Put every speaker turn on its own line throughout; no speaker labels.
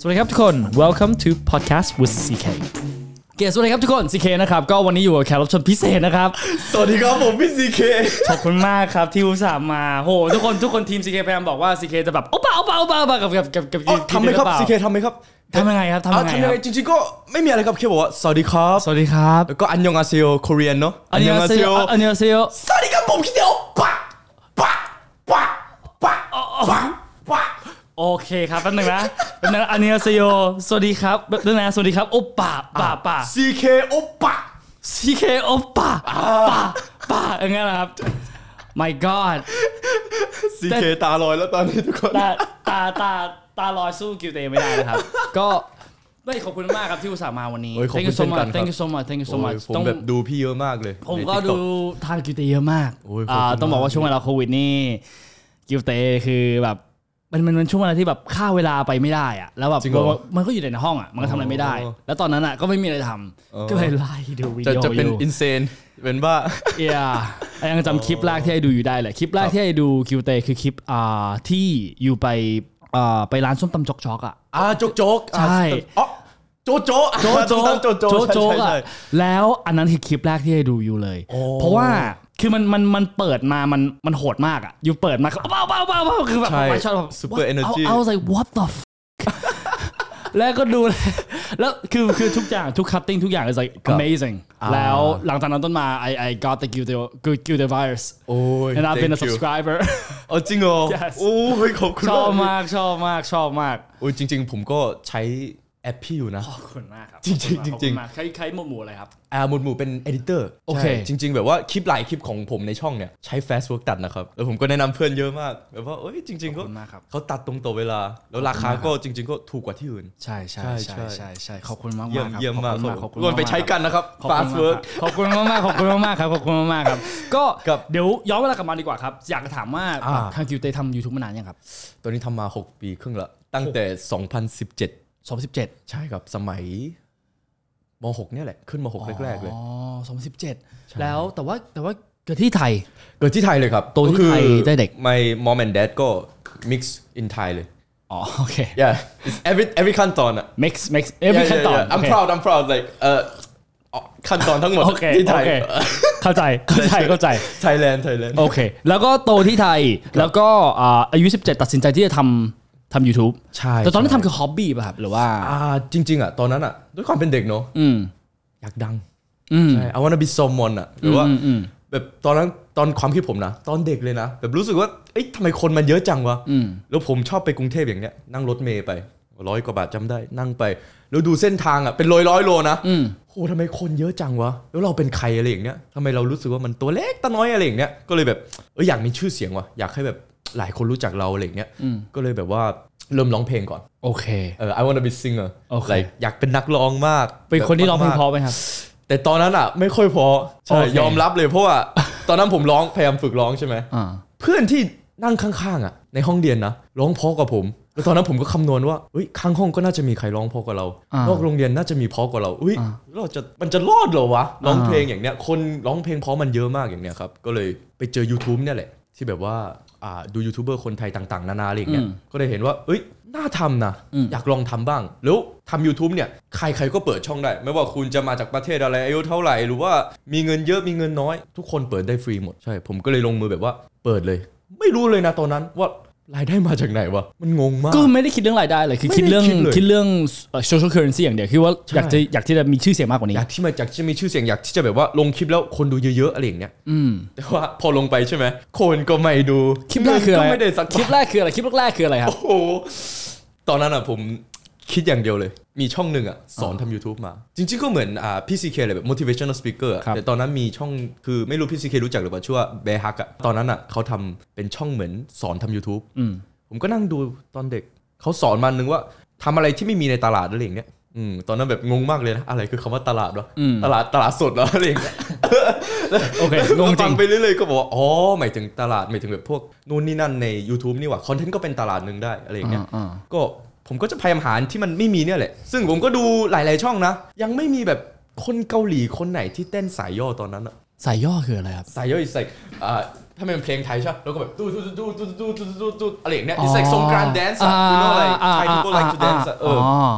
สวัสดีครับทุกคน welcome to podcast with CK เกสวัสดีครับทุกคน CK นะครับก็วันนี้อยู่กับแขกรับเชิญพิเศษนะครับ
สวัสดีครับผมพี่ซีเค
ขอบคุณมากครับที่อุตส่าห์มาโหทุกคนทุกคนทีม CK พยายามบอกว่า CK จะแบบโอเปล่าโอเปล่าโอเปล่าโอเปล่ากับกับกับกับ
ทำไหมครับ
หอเปล่า
ซีเคทำไหมครับ
ทำยังไงครับทำยั
อ่ะ
งไงค
ทำยัง
รับ
ไงจริงๆก็ไม่มีอะไรครับแค่บอกว่าสวัสดีครับ
สวัสดีครับ
แล้วก็อันยองอาเซียวเกาหลีเนาะ
อันนี้เซียวอันนี้เซียว
สวัสดีครับผมคิดเดียวปะปะปะปะปะปะ
โอเคครับแป๊บหนึงนะแป๊บหนึ งนะอันนี้เซียวสวัสดีครับแป๊บหนึงนะสวัสดีครับโอเปล่าป่าป่า
ซีเคโอปะ
CK โอเปล่าป่าป่าอย่างเงี้ยนะครับ my god
ซีเคตาลอยแล้วตอนนี้ทุกคน
ตาตาตาตาลอยสู้กิวเตไม่ได้นะครับ ก็ไม่ขอบคุณมากครับที่อุตส่าห์มาวันนี้
โอ้ยขอบคุณ
thank you so
เช่นกัน
much
ครับ
thank you so much thank you so
โอ้ย
much
ผม
ต้อง
แบบดูพี่เยอะมากเลย
ผม
ใน
ก็
TikTok
ดูทางกิวเตเยอะมาก
โอ้ยขอบคุ
อ่าม
ณาก
ต้องบอกว่าช่วงเวลาโควิดนี่กิวเตคือแบบมันมันมันช่วงเวลาที่แบบฆ่าเวลาไปไม่ได้อะแล้วแบบ
จริงเหรอ
มันก็อยู่แต่ในห้องอะมันก็ทำอะไรไม่ได้
อ๋อ
แล้วตอนนั้นอะก็ไม่มีอะไรท
อ๋อ
ำก็เลยไล่ดูวิ
จะ
ดีโอ
จะเป็น
อยู่
อินเซนเป็นว่า
เอียยังจำคลิปแรกที่ไอ้ดูอยู่ได้เลยคลิปแรกที่ไอ้ดูคิวเตคือคลิปอ่าที่อยู่ไปอ่าไปร้านส้มตำจอกจอกๆอ่ะ
อ่าโจ๊กโจ๊กอ่ะ
ใช่
อ๋อโจ๊กโจ๊กอ่ะต้องตั้งโจ๊กโจ๊ก
โจ๊กๆ
ใช่ใช่
อ่ะ
ใช่
แล้วอันนั้นคือคลิปแรกที่ไอ้ดูอยู่เลย
โอ้
เพราะว่าคือมันมันมันเปิดมามันมันโหดมากอ่ะอยู่เปิดมาเบ้าเบ้าเบ้าเบ้าคือแบบ
ใช่
ไม่ชอบแบบ
ซูเปอร์เอเนอร์จี
เอาใส่ what the f- แล้วก็ดูเลยแล้วคือคือทุกอย่างทุกคัตติ้งทุกอย่าง is like
ครับ
amazing
อ่า
แล้วหลังจากนั้นต้นมา I I got the guild good guild virus
โอ้ย
and I've been a
thank you
subscriber
เออจริงเหรอ
Yes
โอ้ยขอบคุณ
ชอบ
เลย
มากชอบมากชอบมาก
โอ้ยจริง ๆ ผมก็ใช้แอปพี่อยู่นะ
ขอบคุณมากครับ
จริงๆ
ขอบคุณมาก
จริงๆ
ขอบคุณมากใครใครหมวดหมู่อะไรครับ
อ่าหมวดหมู่เป็นเอดิเตอร์
โอเค
จริง ๆ แบบว่าคลิปหลายคลิปของผมในช่องเนี่ยใช้ Fast Work ตัดนะครับ แล้วผมก็แนะนำเพื่อนเยอะมากแบบว่าเอ้ยจริง ๆ
ขอ
ก็
บคุณมากครับ
เขาตัดตรงต่อเวลา แล้วราคาก็จริง ๆ ก็ถูกกว่าที่อื่น
ใช่ใช่
ใช่
ใช่ใช่ใช่ขอบคุณมาก
เยี่ยม
ๆครับ
เยี่ยมมา
ขอ
ก
บคุณมากขอบคุณ
ทุกคนไป
มากๆ
ใช้กันนะครับ
ขอบคุณ
Fast
มาก
Work
ขอบคุณมากมากๆขอบคุณมากมากๆครับขอบคุณมากมากๆครับ ก็
ครับ
เดี๋ยวย้อนเวลากลับมาดีกว่าครับ อยากจะถามว่า
อ่า
ทางกิวเตทำยูทูบมานานยังครับ
ตอนนี้ทำมา 6 ปีครึ่งละตั้งแต่ 2017
2017
ใช่ครับสมัยม .6 เนี่ยแหละขึ้นม .6 แรกๆเลย
อ๋อสองพันสิบเจ็ดแล้วแต่ว่าแต่ว่าเกิดที่ไทย
เกิดที่ไทยเลยครับ
โตที่ไทยได้เด็ก
ไม่มอมแอนด์ดก็ mix in Thai เลย
อ๋อโอเค
yeah it's every every ขั้นตอนอะ
mix mix เอ้ยไม่
Yeah,
ขั้นตอน
yeah, yeah. I'm proud I'm proud like เอ่อขั้นตอนทั้งหมด
โอเค
ที่ไท
โอยเคเข้าใจเข้าใจเข้าใจ
ไทยแลนด์ไทยแลนด์
โอเค แล้วก็โตที่ไทยแล้วก็อ่าอายุ 17 ตัดสินใจที่จะทำทำ YouTube
ใช่
แต่ตอนนั้นทำคือฮ็อบบี้ป่ะครับ หรือว่า
อ่าจริง ๆอะตอนนั้นอะด้วยความเป็นเด็กเนอะ
อืม
อยากดัง
อืม
ใช่ I wanna be someone อะหรือว่า
อืมอืม
แบบตอนนั้นตอนความคิดผมนะ ตอนเด็กเลยนะ แบบรู้สึกว่าเอ๊ะทำไมคนมันเยอะจังวะ
อืม
แล้วผมชอบไปกรุงเทพอย่างเนี้ยนั่งรถเมย์ไปร้อยกว่าบาทจำได้นั่งไป แล้วดูเส้นทางอ่ะเป็นร้อยร้อยๆโลนะ
อืม
โหทำไมคนเยอะจังวะ แล้วเราเป็นใครอะไรอย่างเนี้ยทำไมเรารู้สึกว่ามันตัวเล็กตัวน้อยอะไรอย่างเนี้ยก็เลยแบบเอออยากมีชื่อเสียงวะอยากให้แบบหลายคนรู้จักเราอะไรอย่างเงี้ย
อืม
ก็เลยแบบว่าเริ่มร้องเพลงก่อน
โอเค
เออ I wanna be singer
โอเค
like อยากเป็นนักร้องมาก
เป็นคนที่ร้องเพลง
มากๆ
เพอไหมครับ
แต่ตอนนั้นอ่ะไม่ค่อยพอใช่
โอเค
ยอมรับเลยเพราะ ว่า ตอนนั้นผมร้องพยายามฝึกร้องใช่ไหม
อ่า
เพื่อนที่นั่งข้างๆอ่ะในห้องเรียนนะร้องเพราะกว่าผมแล้วตอนนั้นผมก็คำนวณว่าเฮ้ยข้างห้องก็น่าจะมีใครร้องเพราะกว่าเรา
าน
อกโรงเรียนน่าจะมีเพราะกว่าเราเฮ้ย
อ่า
เราจะมันจะรอดเหรอวะร้อง
อ่า
เพลงอย่างเนี้ยคนร้องเพลงเพราะมันเยอะมากอย่างเนี้ยครับก็เลยไปเจอ YouTube เนี่ยแหละ ที่แบบว่าอ่าดูยูทูบเบอร์คนไทยต่างๆ นานาอะไรอย่างเงี้ย
อืม
ก็เลยเห็นว่าเอ้ยน่าทำนะ
อืม
อยากลองทำบ้างแล้วทำ YouTube เนี่ยใครๆก็เปิดช่องได้ ไม่ว่าคุณจะมาจากประเทศอะไรอายุเท่าไหร่หรือว่ามีเงินเยอะมีเงินน้อย ทุกคนเปิดได้ฟรีหมดใช่ผมก็เลยลงมือแบบว่าเปิดเลย ไม่รู้เลยนะตอนนั้นว่ารายได้มาจากไหนวะมันงงมาก
ก็ไม่ได้คิดเรื่องรายได้เลยคือ
ไม่
คิด
ได้
เรื่อง
คิดเลย
คิดเรื่องเอ่อ social currency อย่างเดียวคือว่าอยาก
ใช่
จะอยากที่จะมีชื่อเสียงมากกว่านี้
อยากที่มาจากจะมีชื่อเสียงอยากที่จะแบบว่าลงคลิปแล้วคนดูเยอะๆอะไรอย่างเนี้ย
อืม
แต่ว่าพอลงไปใช่ไหมคนก็ไม่ดู
คลิปแรกคืออะไร
เงินไม่ได้สัก
คลิปแรกคืออะไร คลิปแรกคืออะไรครับ
โอ้โหตอนนั้นอ่ะผมคิดอย่างเดียวเลย มีช่องหนึ่งอ่ะสอนทำ YouTube มา จริงๆก็เหมือนอ่าพี่ซีเคเลยแบบ motivational speaker อะ
ครับ
แต่ตอนนั้นมีช่องคือไม่รู้พี่ซีเครู้จักหรือเปล่าชื่อว่าเบฮักอ่ะตอนนั้นอ่ะเขาทำเป็นช่องเหมือนสอนทำ YouTube
อืม
ผมก็นั่งดูตอนเด็กเขาสอนมานึงว่าทำอะไรที่ไม่มีในตลาดอะไรอย่างเงี้ยอืมตอนนั้นแบบงงมากเลยนะอะไรคือคำว่าตลาดวะ
อืม
ตลาดตลาดสดเหรออะไรอย่างเงี้ย
โอ เค งงจ
ฟั
ริง
ไปเรื่อยๆก็บอกว่าอ๋อหมายถึงตลาดหมายถึงแบบพวกนู่นนี่นั่นใน YouTube นี่หว่าคอนเทนต์ก็เป็นตลาดหนึ่งได้อะไรอย่างเงี้ย
อ่า
ก็ผมก็จะพยายามหาอันที่มันไม่มีเนี่ยแหละ ซึ่งผมก็ดูหลายๆช่องนะ ยังไม่มีแบบคนเกาหลีคนไหนที่เต้นสายย่อตอนนั้นอะ
ๆสายย่อคืออะไรครับ
สายย่ออีกสายอ่า ถ้ามันเป็นเพลงไทยใช่ปะแล้วก็แบบตู้ตู้ตู้ตู้ตู้ตู้ตู้ตู้ตู้อะไรอย่างเงี้ย
อ๋อ
it's like สงกรานต์ dance อะ you know like Thai people like to dance อะเออ
อ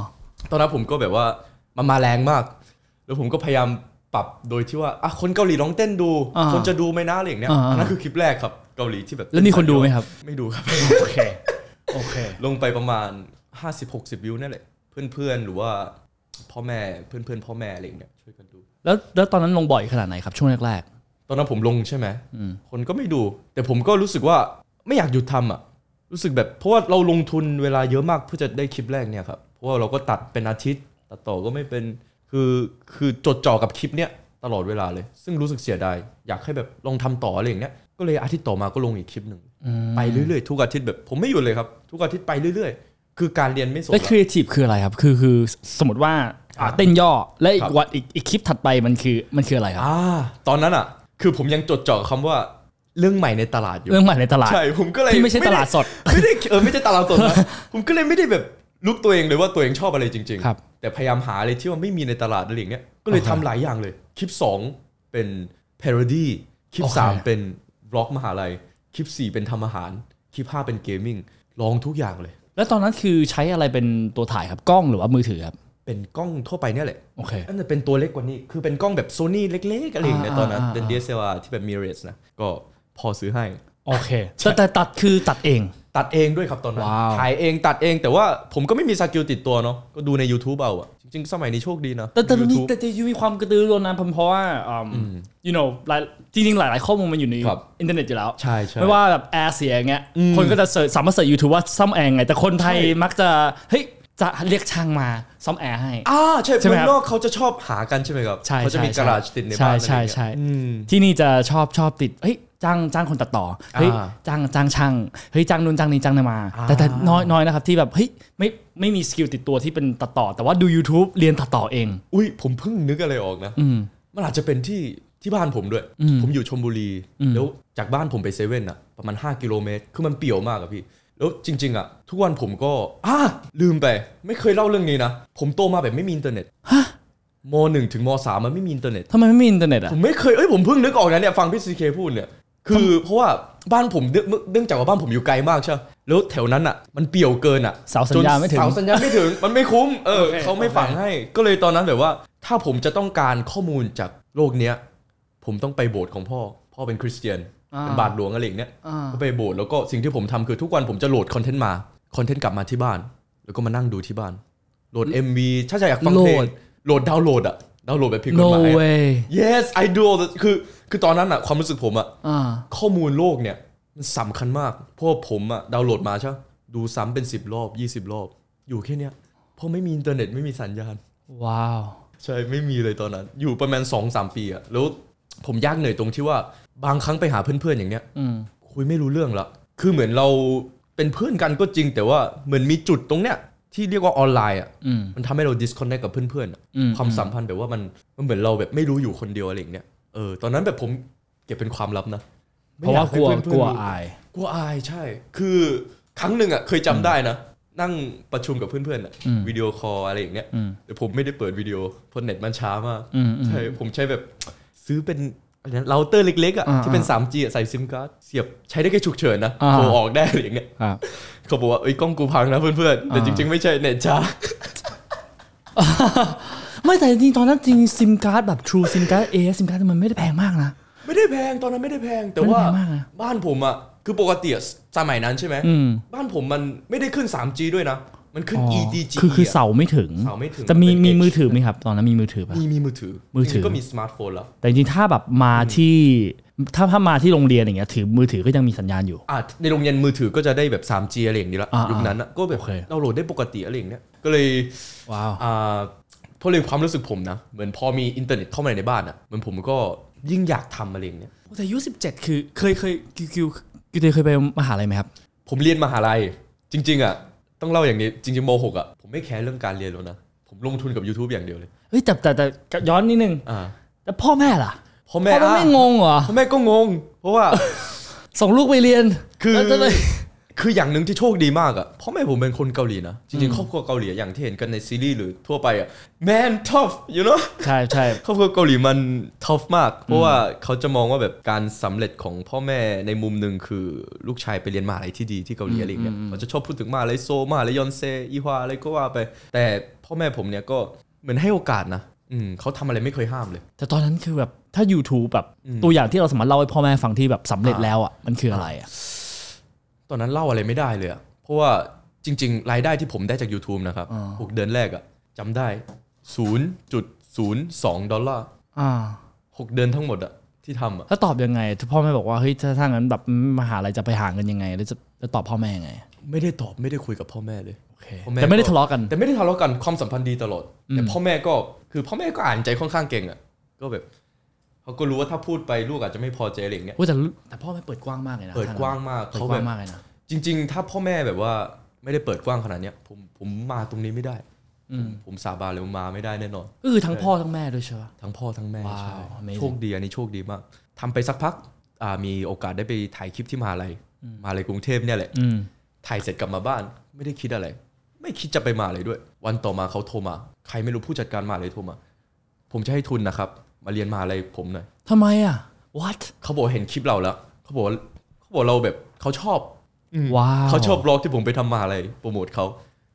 ตอนนั้นผมก็แบบว่ามันมาแรงมาก แล้วผมก็พยายามปรับโดยที่ว่าอ่ะคนเกาหลีลองเต้นดู
อ่า
คนจะดูไหมนะอะไรอย่างเงี้ย
อ่าอ่า
อันนั้นคือคลิปแรกครับเกาหลีที่แบบ
แล้วมีคนดูไหมครับ
ไม่ดูครับ
โอเค โอเค
ลงไปประมาณ 50-60 วิวนั่นแหละ เพื่อนๆ หรือว่าพ่อแม่เพื่อนๆ พ่อแม่อะไรอย่างเงี้ยช่วยกันดู
แล้วแล้วตอนนั้นลงบ่อยขนาดไหนครับช่วงแรก
ตอนนั้นผมลงใช่ไหม
อืม
คนก็ไม่ดู แต่ผมก็รู้สึกว่าไม่อยากหยุดทำอ่ะ รู้สึกแบบเพราะว่าเราลงทุนเวลาเยอะมากเพื่อจะได้คลิปแรกเนี่ยครับ เพราะว่าเราก็ตัดเป็นอาทิตย์ ตัดต่อก็ไม่เป็น คือคือจดจ่อกับคลิปเนี้ยตลอดเวลาเลย ซึ่งรู้สึกเสียดาย อยากให้แบบลองทำต่ออะไรอย่างเงี้ย ก็เลยอาทิตย์ต่อมาก็ลงอีกคลิปหนึ่งไปเรื่อยๆ ทุกอาทิตย์แบบผมไม่หยุดเลยครับ ทุกอาทิตย์ไปเรื่อยๆ คือการเรียนไม่ส
ๆ
น
แล้วค
ละ
รีเอทีฟคืออะไรครับ คือคือสมมติว่าอ่ะเต้นย่อ และอี
ครั
ก
บ
วันอีกอีกคลิปถัดไปมันคือมันคืออะไรครับ
อ่า ตอนนั้นอ่ะ คือผมยังจดจ่อกับคำว่าเรื่องใหม่ในตลาดอยู่
เรื่องใหม่ในตลาด
ใช่ ผมก็เลย
ที่ไม่ใช่ตลาดสด
ไม่ได้เออไม่ใช่ตลาดสด นะ ผมก็เลยไม่ได้แบบรู้ตัวเองเลยว่าตัวเองชอบอะไรจริง
ครับ
แต่พยายามหาอะไรที่ว่าไม่มีในตลาดอะไรอย่างเงี้ยก็เลย
โอเค
ทำหลายอย่างเลย คลิป 2 เป็น parody คลิป
โอเค
3 เป็นบล็อกมหาลัย คลิป 4 เป็นทำอาหาร คลิป 5 เป็นเกมมิ่งลองทุกอย่างเลย
แล้วตอนนั้นคือใช้อะไรเป็นตัวถ่ายครับกล้องหรือว่ามือถือครับ
เป็นกล้องทั่วไปเนี่ยแหละ
โอเค
อันนั้นเป็นตัวเล็กกว่านี้ คือเป็นกล้องแบบโซนี่เล็กๆอะไรอย่างเงี้ย
อ่า
ตอนนั้น
อ่า
เป็น DSLR ที่แบบมิเรสนะก็พอซื้อให้
โอเคแต่แต่ตัดคือตัดเอง
ตัดเองด้วยครับตอนนั้น
ว้าว
ถ่ายเองตัดเองแต่ว่าผมก็ไม่มีสกิลติดตัวเนาะก็ดูใน YouTube เอาอะจริงๆ สมัยนี้โชคดีนะ
แต่แต่แต่
YouTube
แต่แต่ยูมีความกระตือรือร้นนะผมเพราะว่าอืม you know หลายจริงๆ หลายๆ ข้อมูลมันอยู่ใน
ครับ
อินเทอร์เน็ตอยู่แล้ว
ใช่ใช่
ไม่ว่าแบบแอร์เสียอย่างเงี้ยคนก็จะเสิร์ชสามารถเสิร์ชยูทูบว่าซ่อมแอร์ไง แต่คนไทย
ใช่
มักจะ เฮ้ย จะเรียกช่างมาซ่อมแอร์ให้
อ่าใช่
ใช่ไหมครับ
เมืองนอกเขาจะชอบหากันใช่ไหมครับ
ใช่
เขาจะมี
ใช่
การาจติดในบ้าน
ใช่
อะไรอย่างเงี้ย
ใช่ใช่
อืม
ที่นี่จะชอบชอบติด เฮ้ย จ้างจ้างคนตัดต่อ เฮ้ย
อ่า
จ้างจ้างช่าง เฮ้ย จ้างนู่นจ้างนี้จ้างนั่นมา
อ่า
แต่แต่น้อยน้อยนะครับที่แบบ เฮ้ย ไม่ไม่มีสกิลติดตัวที่เป็นตัดต่อ แต่ว่าดู YouTube เรียนตัดต่อเอง
อุ้ยผมเพิ่งนึกอะไรออกนะ
อืม
มันอาจจะเป็นที่ที่บ้านผมด้วย ผมอยู่ชมบุรี แล้วจากบ้านผมไปเซเว่นอะประมาณ 5 กิโลเมตร คือมันเปี่ยวมากอะพี่ แล้วจริง ๆอะทุกวันผมก็อ่าลืมไป ไม่เคยเล่าเรื่องนี้นะ ผมโตมาแบบไม่มีอินเทอร์เน็ตมหนึ่งถึงมสามมันไม่มีอินเทอร์เน็ต
ทำไมไม่มีอินเทอร์เน็ตอ่ะ
ผมไม่เคย เอ้ย ผมเพิ่งนึกออกนะเนี่ย ฟังพี่ซีเคพูดเนี่ย คือเพราะว่าบ้านผมเนื่องเนื่องจากว่าบ้านผมอยู่ไกลมากใช่ปะแล้วแถวนั้นอ่ะ มันเปี่ยวเกินอ่ะ
เสาสัญญาณ
จน
ไม่ถึง
เสาสัญญาณไม่ถึง มันไม่คุ้ม เออ
โอเค
เขาไม่ฝังให้ ก็เลยตอนนั้นแบบว่า ถ้าผมจะต้องการข้อมูลจากโลกเนี้ย ผมต้องไปโบสถ์ของพ่อ พ่อเป็นคริสเตียน เป็นบาทหลวงอะไรอย่างเนี้ย
อ่า
ก็ไปโบสถ์แล้วก็สิ่งที่ผมทำคือทุกวันผมจะโหลดคอนเทนต์มา คอนเทนต์กลับมาที่บ้าน แล้วก็มานั่งดูที่บ้าน โหลด MV ถ้าจะอยากฟังเพลง
โหลด
โหลดดาวน์โหลดอะดาวน์โหลดแบบผิดกฎ
no
หมายอะ
way
yes I do all the คือคือตอนนั้นอะความรู้สึกผมอะ
อ่า
ข้อมูลโลกเนี่ย มันสำคัญมากเพราะว่าผมอะดาวน์โหลดมาใช่ปะดูซ้ำเป็น 10 รอบ 20 รอบ อยู่แค่เนี้ยเพราะไม่มีอินเทอร์เน็ตไม่มีสัญญาณ
ว้าว
ใช่ ไม่มีเลยตอนนั้น อยู่ประมาณ 2-3 ปีอะแล้วผมยากเหนื่อยตรงที่ว่าบางครั้งไปหาเพื่อนๆอย่างเนี้ย
อืม
คุยไม่รู้เรื่องละคือเหมือนเราเป็นเพื่อนกันก็จริง แต่ว่าเหมือนมีจุดตรงเนี้ยที่เรียกว่าออนไลน์อ่ะ
อืม
มันทำให้เรา disconnect กับเพื่อนๆอะ
อืม
ความสัมพันธ์แบบว่ามันมันเหมือนเราแบบไม่รู้อยู่คนเดียวอะไรอย่างเนี้ย เออ ตอนนั้นแบบผมเก็บเป็นความลับนะ
เพราะว่ากลัว
ไม่อยให้เพื่อนๆ
กลัว
รู้
อาย
กลัวอายใช่ คือครั้งหนึ่งอ่ะเคยจำได้นะ นั่งประชุมกับเพื่อนๆอ่ะ
อืม
วิดีโอคอลอะไรอย่างเนี้ย
อืม
แต่ผมไม่ได้เปิดวิดีโอเพราะเน็ตมันช้ามาก
อืมอืม
ใช่ ผมใช้แบบซื้อเป็นอะไรนะเราเตอร์เล็กๆอ่ะ
อ่า
ที่เป็น
อ่า
3G อะใส่ซิมการ์ดเสียบใช้ได้แค่ฉุกเฉินนะ
อ่า
โทรออกได้อะไรอย่างเงี้ย
ครับ
เขาบอกว่าเอ้ยกล้องกูพังนะเพื่อนๆ แต่
อ่า
จริงๆ ไม่ใช่เน็ตช้า
ไม่แต่จริงๆตอนนั้นจริงซิมการ์ดแบบ True ซิมการ์ดเอซิมการ์ดมันไม่ได้แพงมากนะ
ไม่ได้แพงตอนนั้นไม่ได้แพง แต่
ไม่ได้
ว่า
แพงมากนะ
บ้านผมอ่ะคือปกติอะสมัยนั้นใช่ไหม
อืม
บ้านผมมันไม่ได้ขึ้น 3G ด้วยนะ มันขึ้น EDG
คือคือ
อะ
เสาไม่ถึง
เสาไม่ถึง
จะมี
เป็น
มีมือถือไหมครับ ตอนนั้นมีมือถือป่ะ
มีมีมือถือ
มือถือ
จริงๆก็มีสมาร์ทโฟนแล้ว
แต่จริงๆถ้าแบบมาที่ถ้าถ้ามาที่โรงเรียนอย่างเงี้ยถือมือถือก็ยังมีสัญญาณอยู่
อ่ะในโรงเรียนมือถือก็จะได้แบบ 3G อะไรอย่างนี้ละ
อ่ายุ
ยุคนั้นอะก็แบบ
โอเค
เราโหลดได้ปกติอะไรอย่างเนี้ยก็เลย
ว้าว
อ่าเพราะเรื่องความรู้สึกผมนะ เหมือนพอมีอินเทอร์เน็ตเข้ามาในบ้านอ่ะเหมือนผมก็ยิ่งอยากทำอะไรอย่างเนี้ย
แต่อายุ17 คือเคยเคยคิวคิวคิวเตยเคยไปมหาลัยไหมครับ
ผมเรียนมหาลัย จริง ๆ อ่ะ ต้องเล่าอย่างนี้ จริงๆโมหกอ่ะ ผมไม่แคร์เรื่องการเรียนแล้วนะ ผมลงทุนกับ YouTube อย่างเดียวเลย
เฮ้ยแต่แต่แต่ย้อนนิดนึง
อ่า
แล้วพ่อแม่ล่ะ
พ่อ
พ่
แม่
อแม่
อ่ะ
ไม่งงเหรอ
พ่อแม่ก็งง เพราะว่า
ส่งลูกไปเรียน
คือ
แล้วจะไป
คืออย่างหนึ่งที่โชคดีมากอะ่ะเพราะแม่ผมเป็นคนเกาหลีนะจริงๆครอบครัวเกาหลีอะอย่างที่เห็นกันในซีรีส์หรือทั่วไปอะ่ะแมนท็อปอยู่เนาะ
ใช่ใช่
ครอบครัวเกาหลีมันท็อปมาก เพราะว่าเขาจะมองว่าแบบการสำเร็จของพ่อแม่ในมุมหนึ่งคือลูกชายไปเรียนมหาลัยที่ดีที่เกาหลีอะไรอย่างเงี้ยเขาจะชอบพูดถึงมหาลัยโซมหาลัยยอนเซอีฮวาอะไรก็ว่าไป แต่พ่อแม่ผมเนี่ยก็เหมือนให้โอกาสนะอืมเขาทำอะไรไม่เคยห้ามเลย
แต่ตอนนั้นคือแบบถ้า YouTube แบบตัวอย่างที่เราสามารถเล่าให้พ่อแม่ฟังที่แบบสำเร็จแล้วอ่ะมันคืออะไรอ่ะ
ตอนนั้นเล่าอะไรไม่ได้เลยอะเพราะว่าจริง ๆ รายได้ที่ผมได้จาก YouTube นะครับ
อ่า
หกเดือนแรกอะจำได้ศูนย์จุดศูนย์สองดอลลาร์
อ่า
หกเดือนทั้งหมดอะที่ทำอะ
ถ้าตอบยังไงถ้าพ่อแม่บอกว่าเฮ้ยถ้าถ้างั้นแบบมหาลัยจะไปหาเงินยังไง แล้วจะจะตอบพ่อแม่ยังไง
ไม่ได้ตอบไม่ได้คุยกับพ่อแม่เลย
โอเค
พ่อแม่
แต่ไม่ได้ทะเลาะกัน
แต่ไม่ได้ทะเลาะกันความสัมพันธ์ดีตลอด แต่พ่อแม่ก็คือพ่อแม่ก็อ่านใจค่อนข้างเก่งอ่ะ ก็แบบเขาก็รู้ว่าถ้าพูดไปลูกอาจจะไม่พอใจอะไรอย่างเงี้ย
โอ้ยแต่ลูแต่พ่อแม่เปิดกว้างมากเลยนะ
เปิดกว้างมาก
เปิด
เขา
ก
แบ
ว้า
บ
งมากเลยนะ
จริง ๆ ถ้าพ่อแม่แบบว่าไม่ได้เปิดกว้างขนาดเนี้ยผมผมมาตรงนี้ไม่ได้
อืม
ผมสาบานเลยว่ามาไม่ได้แน่นอน
ก็คือทั้งพ่อทั้งแม่ด้วยใช่ปะ
ทั้งพ่อทั้งแม่
ว้าว
ใช่
amazing
โชคดีอันนี้โชคดีมากทำไปสักพักอ่ามีโอกาสได้ไปถ่ายคลิปที่มหาลัยมหาลัยกรุงเทพเนี่ยแหละ
อืม
ถ่ายเสร็จกลับมาบ้าน ไม่ได้คิดอะไร ไม่คิดจะไปมาเลยด้วย วันต่อมาเขาโทรมา ใครไม่รู้ผู้จัดการมาเลยโทรมา ผมจะให้ทุนนะครับ มาเรียนมาอะไรผมหน่อย
ทำไมอ่ะ what
เขาบอกเห็นคลิปเราแล้วเขาบอกว่าเขาบอกเราแบบเขาชอบ
ว้าว
เขาชอบบล็อกที่ผมไปทำมาอะไรโปรโมทเขา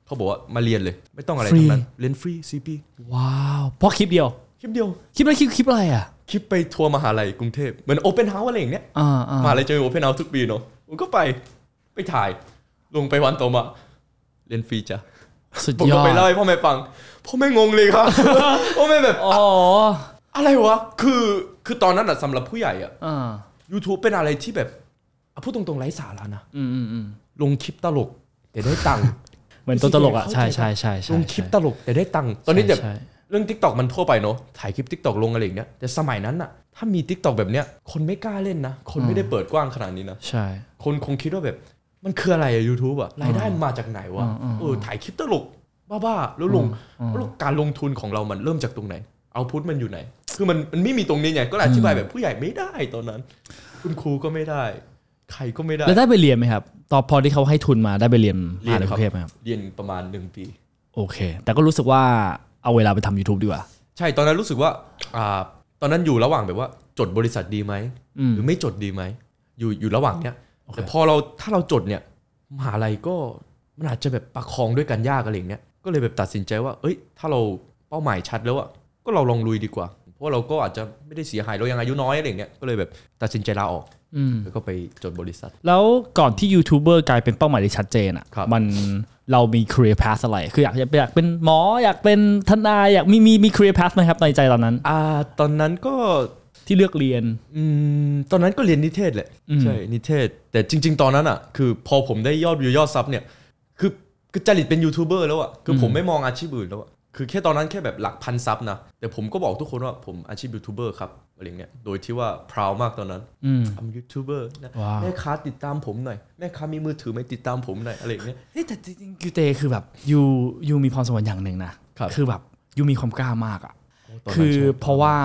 เขาบอกว่ามาเรียนเลย ไม่ต้องอะไรทั้งนั้นเรียนฟรีซีปี
ว้าวเพราะคลิปเดียว
คลิปเดียว
คลิปอะไรคลิปคลิปอะไรอ่ะ
คลิปไปทัวร์มหาลัยกรุงเทพเหมือนโอเปนเฮาส์อะไรอย่างเนี้ย
อ่าอ่า
มาเลยเจอโอเพนเอาทุกปีเนาะผมก็ไปไปถ่าย ลงไปวันต่อมาเรียนฟรีจ้ะ
สุด
ผม
ย
ก็
อด
ไปเล่าให้พ่อแม่ฟัง พ่อแม่งงเลยครับ พ่อแม่แบบ
อ๋อ
อะไรวะ คือคือตอนนั้นอะสำหรับผู้ใหญ่อะ
อ่า
YouTube เป็นอะไรที่แบบอ่ะพูดตรงๆไร้สาระนะ
อืมอืมอืม
ลงคลิปตลก แต่ได้ตังค์
เหมือนตัวตลกอ่ะใช่ใช่ใช่ใช่
ลงคลิปตลกแต่ได้ตังค์ ตอนนี้แบบ
ใช่
เรื่อง t ิ k t o k มันทั่วไปเนาะ ถ่ายคลิป t ิ k t o k ลงอะไรอย่างเงี้ย แต่สมัยนั้นอะถ้ามี t ิ k t o k แบบเนี้ย คนไม่กล้าเล่นนะ คนไม่ได้เปิดกว้างขนาดนี้นะ
ใช่
คนคงคิดว่าแบบ มันคืออะไรอะยูทูบอะรายได้มันมาจากไหนวะ
อืมอืม
เออถ่ายคลิปตลก บ้าๆ แล้วลง
อืม
แล้วการลงทุนของเรามันเริ่มจากตรงไหน เอาพุทมันอยู่ไหน คือมันมันไม่มีตรงนี้ไงก็เลยอธิบายแบบผู้ใหญ่ไม่ได้ตอนนั้น คุณครูก็ไม่ได้ ใครก็ไม่ได้
แล้วได้ไปเรียนไหมครับ ตอนพอที่เขาให้ทุนมาได้ไปเรียน
เรียน
มหาลัก
ครับ
รุงเทพไหมครับ
เรียนประมาณหนึ่งปี
โอเค แต่ก็รู้สึกว่าเอาเวลาไปทำ YouTube ดีกว่า
ใช่ตอนนั้นรู้สึกว่าอ่า ตอนนั้นอยู่ระหว่างแบบว่าจดบริษัทดีไหม
อืม
หรือไม่จดดีไหมอยู่อยู่ระหว่างเนี้ย
โอเค
แต่พอเราถ้าเราจดเนี่ยมหาลัยก็มันอาจจะแบบประคองด้วยกันยากอะไรอย่างเงี้ยก็เลยแบบตัดสินใจว่า เอ้ย ถ้าเราเป้าหมายชัดแล้วอะก็เราลองลุยดีกว่า เพราะเราก็อาจจะไม่ได้เสียหายเรายังอายุน้อยอะไรอย่างเงี้ยก็เลยแบบตัดสินใจลาออก
อืม
แล้วก็ไปจดบริษัท
แล้วก่อนที่ยูทูบเบอร์กลายเป็นเป้าหมายที่ชัดเจนอ่ะ
ครับ
มันเรามี career path อะไร คืออยากอยากอยากเป็นหมออยากเป็นทนายอยากมีมีมี career path ไหมครับในใจตอนนั้น
อ่าตอนนั้นก็
ที่เลือกเรียน
อืมตอนนั้นก็เรียนนิเทศแหละ
อืม
ใช่นิเทศ แต่จริง ๆ ตอนนั้นอ่ะ คือพอผมได้ยอดวิวยอดซับเนี่ยคือคือจริตเป็นยูทูบเบอร์แล้วอ่ะคือผมไม่มองอาชีพอื่นแล้วอ่ะคือแค่ตอนนั้นแค่แบบหลักพันซับนะแต่ผมก็บอกทุกคนว่าผมอาชีพยูทูบเบอร์ครับอะไรเงี้ยโดยที่ว่าพราวมากตอนนั้น
อืม
ทำยูทูบเบอร์นะ
ว้าว
แม่ค้าติดตามผมหน่อยแม่ค้ามีมือถือไหมติดตามผมหน่อยอะไรอย่างเงี้ย
เฮ้ยแต่จริงๆยูเตคือแบบยูยูมีพรสวรรค์อย่างหนึ่งนะครับ อแบบยูมีความกล้ามากอ่ะ
ตนนั้น
คือ
ชบ
เพราะว่า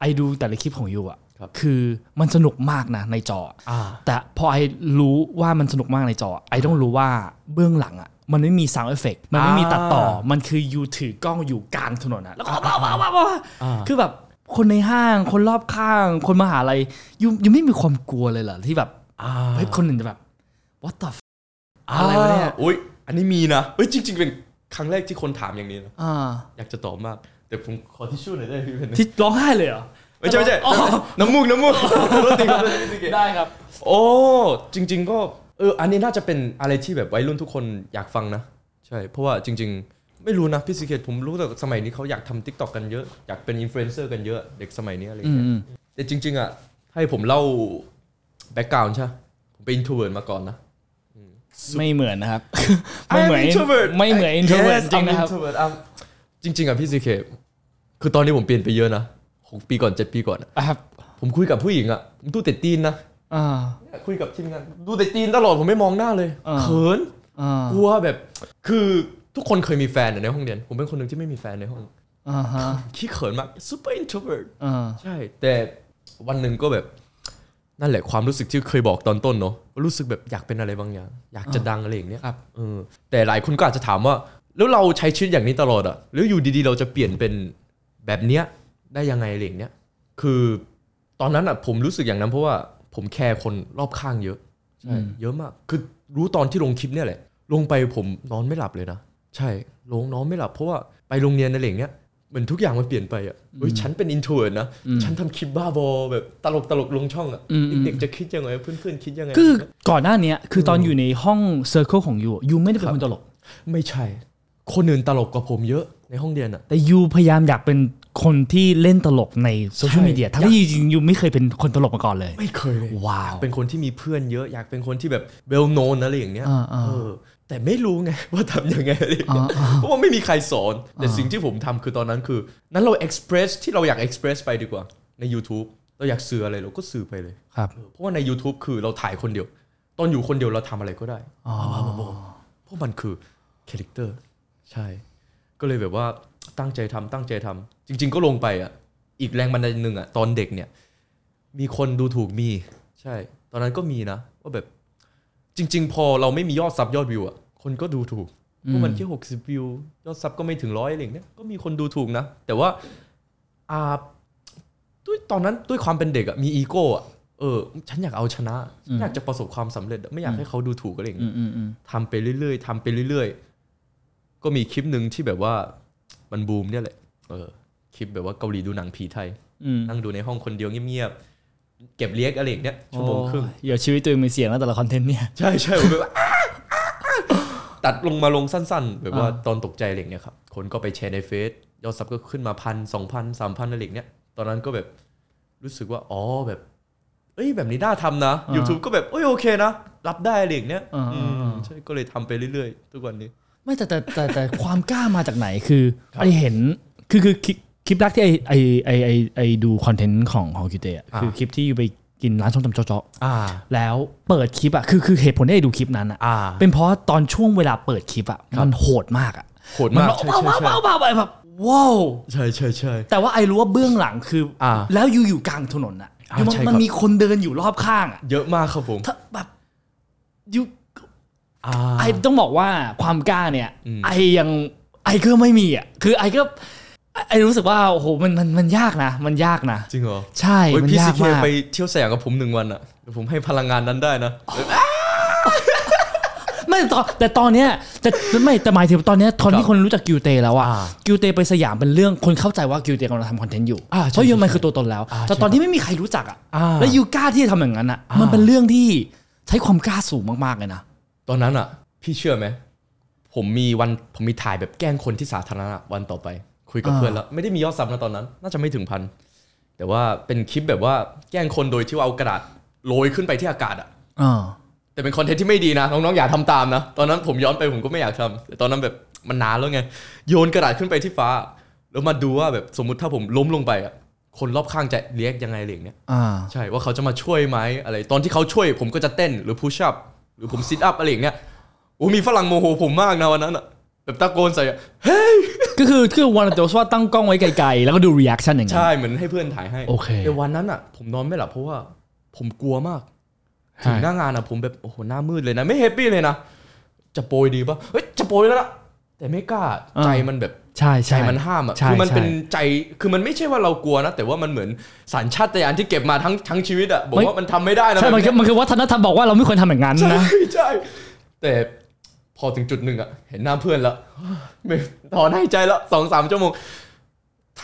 ไอดูแต่ละคลิปของยูอ่ะ
ครับ
คือมันสนุกมากนะในจออะ
อ่า
แต่พอไอรู้ว่ามันสนุกมากในจอ ไอต้องรู้ว่าเบื้องหลังอ่ะ มันไม่มี sound effect มันไม่มีตัดต่อ
อ่ามั
มันคืออยู่ถือกล้องอยู่กลางถนนอ่ะ แล้วก็ว้าวว้าวว้าวว้าว
อ่า
คือแบบคนในห้าง คนรอบข้าง คนมหาลัยยูยูไม่มีความกลัวเลยเหรอ ที่แบบ
อ่า
เฮ้ยคนอื่นจะแบบ what the f- อะไรวะเนี่ย
อุ้ยอันนี้มีนะเฮ้ยจริง ๆ เป็นครั้งแรกที่คนถามอย่างนี้นะ
อ่า
อยากจะตอบมาก แต่ผมขอทิชชู่หน่อยได้ไหมพี่เพน
ที่ร้องไห้เลยเหรอ
ไม่ใช่ไม่ใช่
อ๋อ
น้ำมูกน้ำมูกโรตีครับโรตีโรตี
ได้ครับ
โอ้จริง ๆ ก็เอออันนี้น่าจะเป็นอะไรที่แบบวัยรุ่นทุกคนอยากฟังนะ ใช่ เพราะว่าจริง ๆ ไม่รู้นะพี่สิเกตผมรู้แต่สมัยนี้เขาอยากทำทิกตอกกันเยอะ อยากเป็นอินฟลูเอนเซอร์กันเยอะเด็กสมัยนี้อะไรอย่างเงี้ย
อืม
แต่จริง ๆ อ่ะ ให้ผมเล่าแบ็กกราวน์ใช่ปะผมเป็นอินโทรเวิร์ดมาก่อนนะ
ไม่เหมือนนะครับ
I
ไม่เหมือน
am introvert
ไม่เหมือน
I-
introvert
Yes,
จริง
I'm
นะครับ
introvert. I'm- จริง ๆอ่ะพี่สิเกตคือตอนนี้ผมเปลี่ยนไปเยอะนะหกปีก่อนเจ็ดปีก่อนอะ
อ่ะครับ
ผมคุยกับผู้หญิงอ่ะผมดูแต่ตีนนะ
อ่า
คุยกับทีมงานดูแต่จีนตลอดผมไม่มองหน้าเลย
อ่า
เขิน
อ่าก
ลัวแบบคือทุกคนเคยมีแฟนอะในห้องเรียน ผมเป็นคนหนึ่งที่ไม่มีแฟนในห้อง
อ่าฮะ
ขี้เขินมาก super introvert
อ่า
ใช่ แต่วันหนึ่งก็แบบ นั่นแหละความรู้สึกที่เคยบอกตอนต้นเนาะรู้สึกแบบอยากเป็นอะไรบางอย่าง อยากจะดังอะไรอย่างเนี้ย
ครับ
เออแต่หลายคนก็อาจจะถามว่า แล้วเราใช้ชีวิตอย่างนี้ตลอดอะแล้วอยู่ดีๆ เราจะเปลี่ยนเป็นแบบเนี้ยได้ยังไงอะไรอย่างเนี้ยคือตอนนั้นอะผมรู้สึกอย่างนั้นเพราะว่าผมแคร์คนรอบข้างเยอะ
ใช่
เยอะมาก คือรู้ตอนที่ลงคลิปเนี่ยแหละ ลงไปผมนอนไม่หลับเลยนะ ใช่ ลงนอนไม่หลับเพราะว่าไปโรงเรียนอะไรอย่างเงี้ย เหมือนทุกอย่างมันเปลี่ยนไปอ่ะเฮ้ยฉันเป็นอินโทรนะ ฉันทำคลิปบ้าบอแบบตลกตลกๆลงช่องอ่ะ เด็กๆจะคิดยังไง เพื่อนๆคิดยังไง
คือก่อนหน้าเนี้ยคือตอนอยู่ในห้องเซอร์เคิลของยูยูไม่ได้เป็น
ครับ
คนตลก
ไม่ใช่ คนอื่นตลกกว่าผมเยอะในห้องเรียนอ่ะ
แต่ยูพยายามอยากเป็นคนที่เล่นตลกในโซเชียล
ใช่
มีเดียทั้งที่จริงๆยูไม่เคยเป็นคนตลกมาก่อนเลย
ไม่เคยเลย
ว้าว
เป็นคนที่มีเพื่อนเยอะ อยากเป็นคนที่แบบเบลโนนอะไรอย่างเงี้ย
อ่าๆ
เออ แต่ไม่รู้ไง ว่าทำยังไงอะไรอย่างเงี้ย
อ่าๆ
เพราะว่าไม่มีใครสอน แต่
อ่า
สิ่งที่ผมทำคือตอนนั้นคือ นั้นเราเอ็กซ์เพรสที่เราอยากเอ็กซ์เพรสไปดีกว่า ใน YouTube เราอยากสื่ออะไรเราก็สื่อไปเลย
ครับ
เพราะว่าใน YouTube คือเราถ่ายคนเดียว ตอนอยู่คนเดียวเราทำอะไรก็ได้
อ๋อ
เพราะมันคือคาแรคเตอร์ใช่ ก็เลยแบบว่าตั้งใจทำตั้งใจทำจริง ๆ ก็ลงไปอ่ะ อีกแรงบันดาลหนึ่งอ่ะ ตอนเด็กเนี่ย มีคนดูถูกมี ใช่ ตอนนั้นก็มีนะ ว่าแบบ จริง ๆ พอเราไม่มียอดซับยอดวิวอ่ะ คนก็ดูถูก
อืม
เพราะมันแค่หกสิบวิว ยอดซับก็ไม่ถึงร้อยอะไรอย่างเงี้ยก็มีคนดูถูกนะ แต่ว่าอ่าด้วยตอนนั้นด้วยความเป็นเด็กอ่ะมีอีโก้อ่ะเออ ฉันอยากเอาชนะฉันอยากจะประสบความสำเร็จอะไม่อยากให้เขาดูถูกอะไรอย่างเงี้ย
อืมอืมอืม
ทำไปเรื่อยๆทำไปเรื่อยๆ ก็มีคลิปหนึ่งที่แบบว่ามันบูมเนี่ยแหละ เออ คลิปแบบว่าเกาหลีดูหนังผีไทย
อืม
นั่งดูในห้องคนเดียวเงียบๆ เก็บเลี้ยงอะไรอย่างเนี้ยชั่วโมงครึ่ง
โอ้ยเดี๋ยวชีวิตตัวเองมีเสียงแล้วแต่ละคอนเทนต์เนี่ย
ใช่ใช่ผมแบบ ว่าอ้าอ้าอ้าตัดลงมาลงสั้นๆ แบบว่า
อ่า
ตอนตกใจอะไรอย่างเนี้ยครับ คนก็ไปแชร์ในเฟซยอดซับก็ขึ้นมาพันสองพันสามพันอะไรอย่างเนี้ยตอนนั้นก็แบบรู้สึกว่า อ๋อแบบ เอ้ยแบบนี้น่าทำนะ YouTube ก็แบบเอ้ยโอเคนะ รับได้อะไรอย่างเนี้ย
อ่า
อืมใช่ก็เลยทำไปเรื่อยๆ ทุกวันนี้
ไม่แต่แต่แต่แต่ แต่ความกล้ามาจากไหนคือไอเห็นคือคือคลิปคลิปแรกที่ไอไอไอไอไอดูคอนเทนต์ของของคิวเตะ
อ่า
คือคลิปที่อยู่ไปกินร้านส้มตำเจ๊อ
อ่า
ๆแล้วเปิดคลิปอ่ะคือคือเหตุผลที่ไอดูคลิปนั้นอ่ะ
อ่า
เป็นเพราะตอนช่วงเวลาเปิดคลิปอ่ะมันโหดมากอ่ะ
โหดมาก
นแบบว้าวว้าวว้าวว้าวแบบว้าว
ใช่ใช่ใช่
แต่ว่าไอรู้ว่าเบื้องหลังคืออาแล้วอยู่อยู่กลางถนนอ่ะ
อ่า
มัน
ใช่ครับ
มันมีคนเดินอยู่รอบข้างอ่ะ
เยอะมากครับผม
ถ้าแบบอยู่
อ่า
ไอต้องบอกว่าความกล้าเนี่ย
อืม
ไอยังไอก็ไม่มีอ่ะคือไอก็ไอ้ไอรู้สึกว่าโอ้โหมันมันมันยากนะ มันยากนะ
จริงเหรอ
ใช่
เฮ้ย
มัน
พี่
ยา
ซี
ก
เค
มาก
ไปเที่ยวแสงกับผมหนึ่งวันอะเดี๋ยวผมให้พลังงานนั้นได้นะ
ไม่แต่ตอนแต่ตอนเนี้ยแต่ไม่แต่หมายถึงตอนเนี้ยตอนที่คนรู้จักกิวเตแล้วอ่ะ
อ่า
กิวเตไปสยามเป็นเรื่องคนเข้าใจว่ากิวเตกำลังทำคอนเทนต์อยู่
อ่า
เพ
ใช่
ราะยูมันคือตัวตนแล้ว
อ่า
แต่ตอนที่ไม่มีใครรู้จักอ่ะ
อ่า
แล้วยูกล้าที่จะทำอย่างนั้นอ่ะ
อ่ามั
มันเป็นเรื่องที่ใช้ความกล้าสูงมากๆเลยนะ
ตอนนั้นอะพี่เชื่อไหม ผมมีวันผมมีถ่ายแบบแกล้งคนที่สาธารณะวันต่อไป คุยกับเพื่อนแล้ว ไม่ได้มียอดซับนะตอนนั้น น่าจะไม่ถึงพัน แต่ว่าเป็นคลิปแบบว่าแกล้งคนโดยที่ว่าเอากระดาษโรยขึ้นไปที่อากาศอะ
อ่า
แต่เป็นคอนเทนต์ที่ไม่ดีนะ น้องๆอย่าทำตามนะ ตอนนั้นผมย้อนไปผมก็ไม่อยากทำแต่ตอนนั้นแบบมันนานแล้วไง โยนกระดาษขึ้นไปที่ฟ้า แล้วมาดูว่าแบบสมมุติถ้าผมล้มลงไปอะคนรอบข้างจะเรียกยังไงอะไรอย่างเนี้ย
อ่า
ใช่ว่าเขาจะมาช่วยไหมอะไร ตอนที่เขาช่วยผมก็จะเต้นหรือพุชอัพหรือผมซิทอัพอะไรอย่างเงี้ยโอ้มีฝรั่งโมโหผมมากนะวันนั้นอะแบบตะโกนใส่อะ
ก็คือคือวันเดียวว่าตั้งกล้องไว้ไกลๆแล้วก็ดูรีแอคชั่นอย่างนั้น
ใช่เหมือนให้เพื่อนถ่ายให้
โอเค
แต่วันนั้นอะผมนอนไม่หลับเพราะว่าผมกลัวมาก ถึงหน้างานอะผมแบบโอ้โหหน้ามืดเลยนะ ไม่แฮปปี้เลยนะ จะโปรยดีปะเฮ้ยจะโปรยแล้วล่ะแต่ไม่กล้า
อ่า
ใจมันแบบ
ใช่
ใจ
ใช่
มันห้ามอะ
ใช่
คือมัน
ใช่
เป็นใจคือมันไม่ใช่ว่าเรากลัวนะ แต่ว่ามันเหมือนสัญชาตญาณที่เก็บมาทั้งทั้งชีวิตอะบอกว่ามันทำไม่ได้นะ
ใช่มัน
แบบ
คือมันคือวัฒนธรรมบอกว่าเราไม่ควรทำอย่างนั้น
เนี้ย
นะ
ใช่ใช่แต่พอถึงจุดหนึ่งอะเห็นหน้าเพื่อนแล้ว ไม่ถอนหายใจแล้วสองสามชั่วโมงท